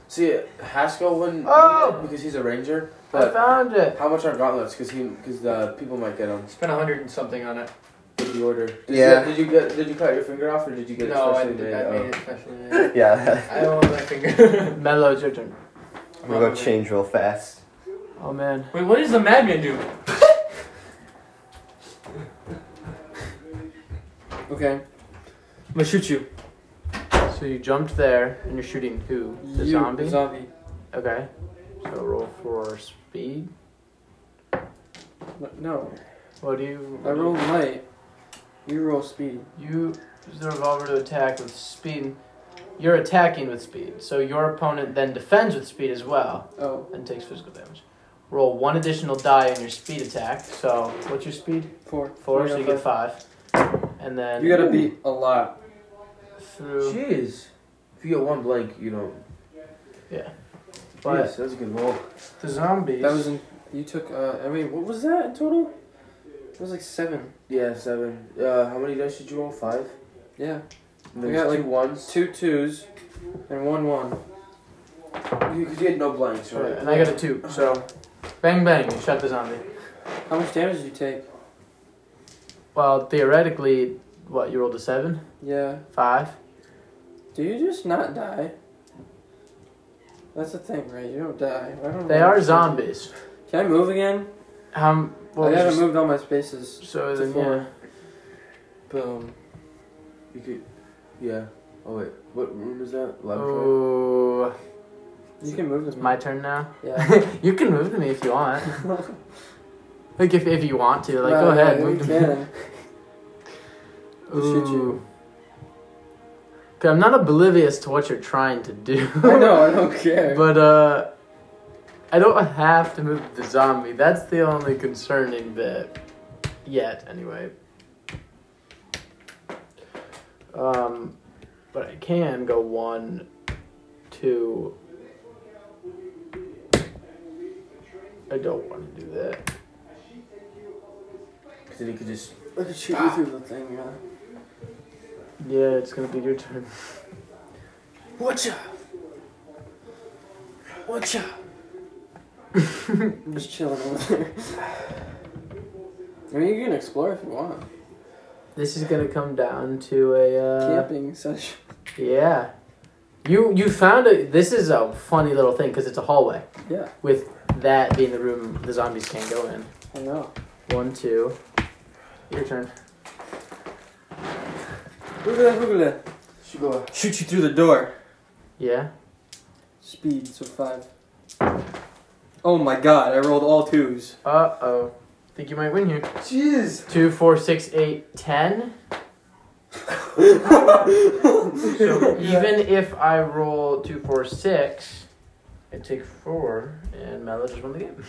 C: See, Haskell wouldn't
B: Oh!
C: need it because he's a ranger,
B: I
C: but
B: found it.
C: how much are gauntlets? Because he, because the people might get them.
E: Spent a hundred and something on it.
C: Did you order? Did
A: Yeah.
C: You, did you get? Did you cut your finger off, or did you get? it
E: No, I,
C: specially
E: did,
C: made?
E: I
C: Oh.
E: made it especially. made.
A: Yeah. [laughs]
E: I don't want my finger. [laughs]
B: Mello, it's your turn.
A: I'm gonna go change real fast.
B: Oh man.
E: Wait, what does the madman do?
M: Okay.
E: I'm gonna shoot you.
B: So you jumped there and you're shooting who? The
E: You,
B: zombie.
E: The zombie.
B: okay. So roll for speed.
M: No,
B: What do you?
M: I rolled light. You roll speed.
B: You use the revolver to attack with speed. You're attacking with speed, so your opponent then defends with speed as well
M: Oh,
B: and takes physical damage. Roll one additional die on your speed attack. So what's your speed?
M: four.
B: Four,
M: You
B: so you
M: got
B: get five. And
M: five.
B: then
M: You gotta beat a lot.
B: through.
C: Jeez. If you get one blank, you don't.
B: Yeah.
C: Jeez, that was a good roll.
B: The zombies.
M: That was in. You took. Uh, I mean, what was that in total? It was like seven.
C: Yeah, seven. Uh, how many dice did you roll? Five.
M: Yeah.
C: And there's
M: got, like,
C: two ones.
M: Two twos, and one one.
C: You, 'cause you had no blanks,
B: Right,
C: right?
B: and I got a two. So, bang bang, you shot the zombie.
M: How much damage did you take?
B: Well, theoretically, what you rolled a seven,
M: Yeah.
B: five.
M: Do you just not die? That's the thing, right? You don't die. I don't
B: They
M: know.
B: are zombies.
M: Can I move again?
B: How? m- What
M: I
B: was
M: haven't
B: your,
M: moved all my spaces.
B: s- so
M: to
B: then,
M: four.
B: yeah.
M: Boom.
C: You could. Yeah. Oh wait. What room is that? Eleven. right?
B: Ooh,
M: You can move
B: it's
M: them.
B: my turn now. [laughs]
M: Yeah.
B: you can move to me if you want.
M: [laughs]
B: like if, if you want to, like go
M: No,
B: ahead,
M: no,
B: move
M: you
B: to me. [laughs]
M: can. We'll shoot you.
B: Ooh. Okay, I'm not oblivious to what you're trying to do.
M: I know. I don't care.
B: But uh, [laughs] I don't have to move the zombie. That's the only concerning bit. Yet, anyway. Um, but I can go one, two. I don't want to do that.
C: 'Cause then you could just.
M: I could shoot you through the thing. Yeah.
B: Yeah, it's gonna be your turn.
M: Watcha! Watcha! I'm just chilling [laughs] over there. I mean, you can explore if you want.
B: This is gonna come down to a uh,
M: Camping session.
B: Yeah. You you found a this is a funny little thing because it's a hallway.
M: Yeah.
B: With that being the room the zombies can't go in.
M: I know.
B: One, two. Your turn.
M: Boogla boogla.
C: Should go.
M: Shoot you through the door.
B: Yeah.
M: Speed, so five. Oh my god, I rolled all twos.
B: Uh oh. Think you might win here.
M: Jeez!
B: Two, four, six, eight, ten.
M: [laughs]
B: So even if I roll two, four, six, I take four, and Mello just won the game.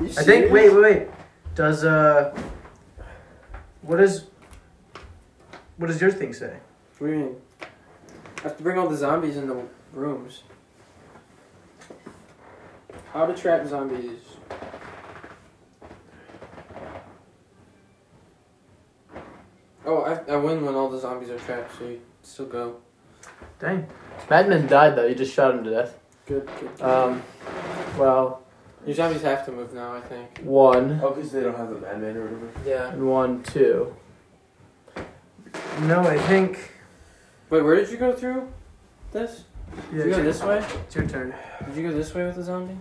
B: I think. Wait, wait, wait. Does uh, what is, what does your thing say?
M: What do you mean? I have to bring all the zombies in the rooms. How to trap zombies. Oh, I I win when all the zombies are trapped, so you still go.
E: Dang. Madman died though. You just shot him to death.
M: Good, good.
E: Um, well,
M: Your zombies have to move now, I think.
E: one
C: Oh, because they don't have the madman or whatever.
M: Yeah.
E: and one two.
O: No, I think
M: Wait, where did you go through? This?
O: yeah,
M: did you go this way?
O: it's your turn.
M: Did you go this way with the zombie?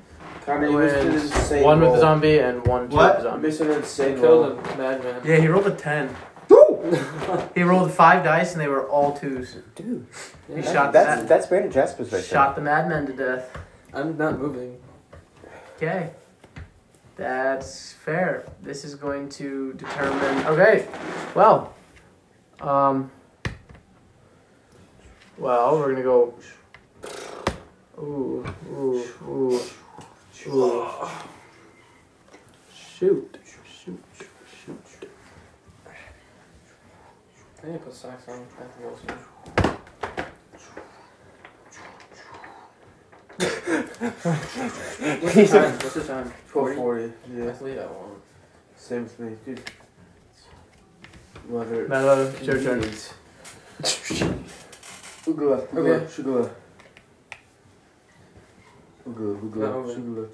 C: Connor, you missed an insane
E: One with
C: roll.
E: the zombie and one two with the
C: You
E: zombie.
C: missed an
M: They
C: insane roll.
M: killed a madman.
O: Yeah, he rolled a ten. he rolled five dice and they were all twos.
A: Dude,
M: Yeah,
O: He
M: that-
O: shot
A: that's
O: that.
A: that's Brandon Jasper's right
O: Shot the madman to death.
M: I'm not moving.
O: Okay. That's fair. This is going to determine. Okay.
E: Well, um, well, we're gonna go. Ooh, ooh, ooh, ooh. Shoot, shoot, shoot.
M: I need to put socks on. I have to go soon. What's the time? What's the time? 40?
C: 1240.
M: I
C: Yeah,
M: have to leave at one.
C: same with me, dude. Mother.
E: Mellow, it's your turn.
M: [laughs]
C: Jeez. Oogla,
M: Okay.
C: oogla, shugla. Oogla,
M: Not
C: oogla,
M: over.
C: shugla.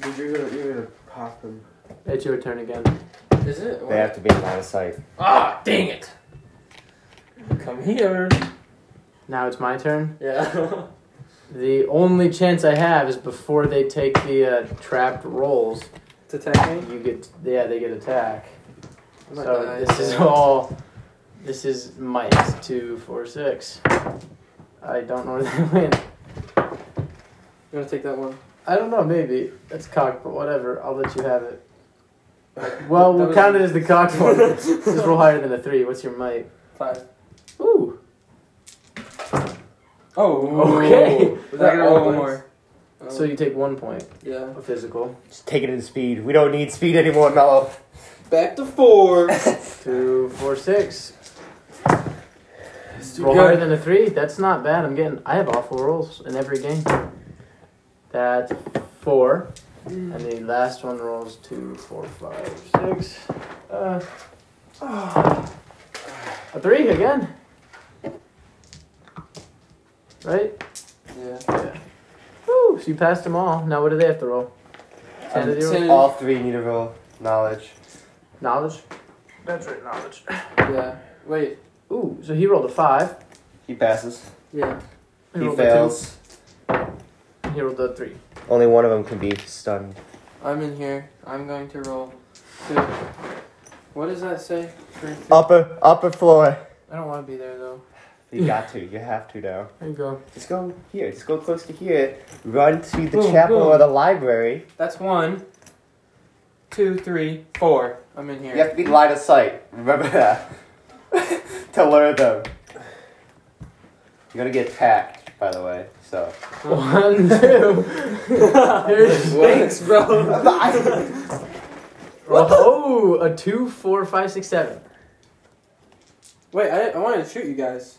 C: Dude, you're gonna, you're gonna pop him.
E: It's your turn again.
M: Is it?
A: They have to be in line of sight.
M: Ah, dang it! Come here.
E: Now it's my turn.
M: Yeah. [laughs]
E: The only chance I have is before they take the uh, trapped rolls.
M: to attack me?
E: You get yeah, they get attack.
M: I might
E: So
M: die.
E: this is all. This is might two four six. I don't know where they [laughs] went.
M: You wanna take that one?
E: I don't know. Maybe that's cock, but whatever. I'll let you have it. Well, we'll count it as the cock one. Just roll higher than a three. What's your might?
M: Five.
E: Ooh.
M: Oh.
E: Okay.
M: Was that gonna
E: Oh,
M: roll
E: more.
M: more? Oh.
E: [laughs] So you take one point
M: yeah.
E: of physical.
A: Just take it in speed. We don't need speed anymore, Mellow.
M: Back to [laughs] four.
E: Two four six.
M: Let's do
E: Roll higher
M: good.
E: than a three. That's not bad. I'm getting. I have awful rolls in every game. That's four.
O: Hmm.
E: And the last one rolls two, four, five, six. Uh, oh. a three again. Right?
M: Yeah.
E: Woo! So you passed them all. Now what do they have to roll? Ten to zero.
M: Ten.
A: All three need a roll. Knowledge.
E: Knowledge.
O: That's right, knowledge.
M: Yeah. Wait.
E: Ooh, so he rolled a five.
A: He passes.
M: Yeah.
A: He,
E: rolled
A: fails.
E: A two. He rolled a three.
A: Only one of them can be stunned.
M: I'm in here. I'm going to roll two. What does that say? Three, three.
A: Upper upper floor.
M: I don't want to be there though.
P: [laughs]
A: You got to. You have to now.
M: There you go.
A: Just go here. Just go close to here. Run to the
M: Boom,
A: chapel
M: boom.
A: or the library.
M: That's one, two, three, four. I'm in here.
A: You have to be line of sight. Remember that. [laughs] to lure them. You're gonna get attacked, by the way. So.
E: One, two. Here's-
M: Thanks, bro.
E: [laughs] oh, a two, four, five, six, seven.
M: Wait, I, I wanted to shoot you guys.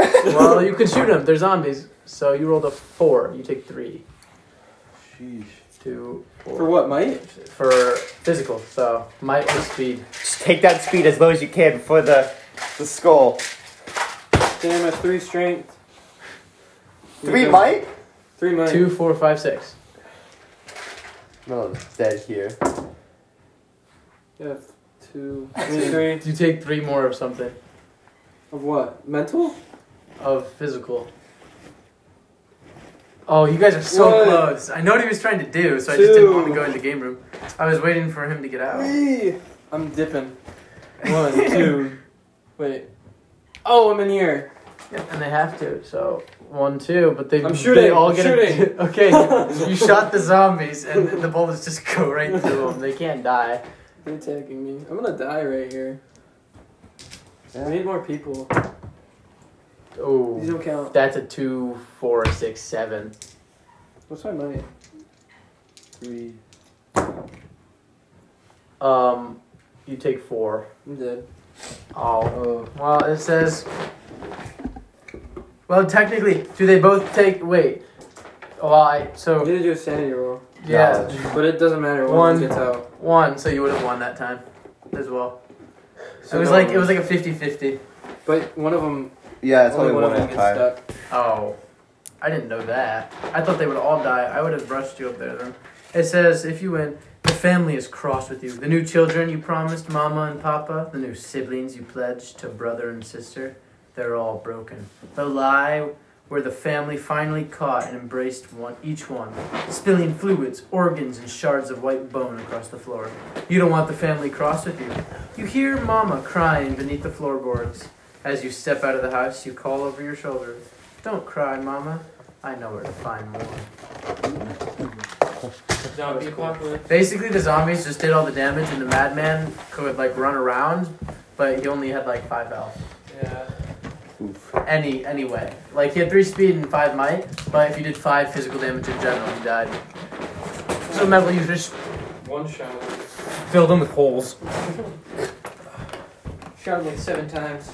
E: Well, you can shoot them. They're zombies. So you rolled a four. You take three,
C: Sheesh.
E: two, four.
M: For what, Mike?
E: for physical, so might and speed.
A: Just take that speed as low as you can before the the skull.
M: Damn, a three strength.
A: Three
M: Okay.
A: might?
M: Three Mike.
E: Two, four, five, six.
A: No, dead here.
M: Yeah, two. I mean, three.
E: You take three more of something
M: Of what? Mental?
E: of physical. Oh, you guys are so
M: One.
E: close. I know what he was trying to do, so I just didn't want to
M: Two.
E: go in the game room. I was waiting for him to get out.
M: Three. I'm dipping. [laughs] One, two. Wait. Oh, I'm in here.
E: And they have to, so one, two, but they
M: I'm
E: they
M: shooting,
E: all
M: I'm
E: get a-
M: shooting.
E: [laughs] okay.
M: [laughs]
E: You shot the zombies and the bullets just go right through them. They can't die.
M: They're attacking me. I'm gonna die right here. I need more people. These
E: Oh.
M: don't count.
E: That's a two, four, six, seven.
M: What's my money?
C: Three.
E: Um you take four.
M: I'm dead.
E: Oh.
C: Oh.
E: Well, it says. Well, technically, do they both take? Wait. Well, I
M: I'm
E: so
M: gonna do a sanity roll,
E: yeah,
M: but it doesn't matter. One,
E: One.
M: gets out.
E: one. So you would have won that time, as well.
P: So
M: it was
P: no
M: like
P: one-
M: it was like a 50-50.
P: But one of them,
C: Yeah, it's
P: only one of them gets stuck.
E: Oh, I didn't know that. I thought they would all die. I would have rushed you up there then. It says if you win, the family is cross with you. The new children you promised Mama and Papa, the new siblings you pledged to brother and sister, they're all broken. The lie where the family finally caught and embraced one, each one, spilling fluids, organs, and shards of white bone across the floor. You don't want the family cross with you. You hear Mama crying beneath the floorboards. As you step out of the house, you call over your shoulder. Don't cry, Mama. I know where to find more.
M: Zombie apocalypse.
E: Basically, the zombies just did all the damage, and the madman could like run around, but he only had like five health.
M: Yeah.
E: Any anyway, like he had three speed and five might, but if you did five physical damage in general, he died. So metal, you just
M: One shot.
E: filled him with holes.
M: Shot him like seven times.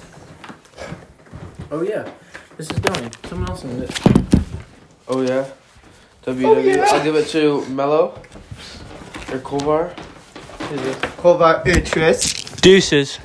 E: Oh yeah, this is going. Someone else in this.
C: Oh yeah. WW.
M: Oh,
C: I'll give it to Mello or Kovar.
A: Kovar interest.
B: Deuces.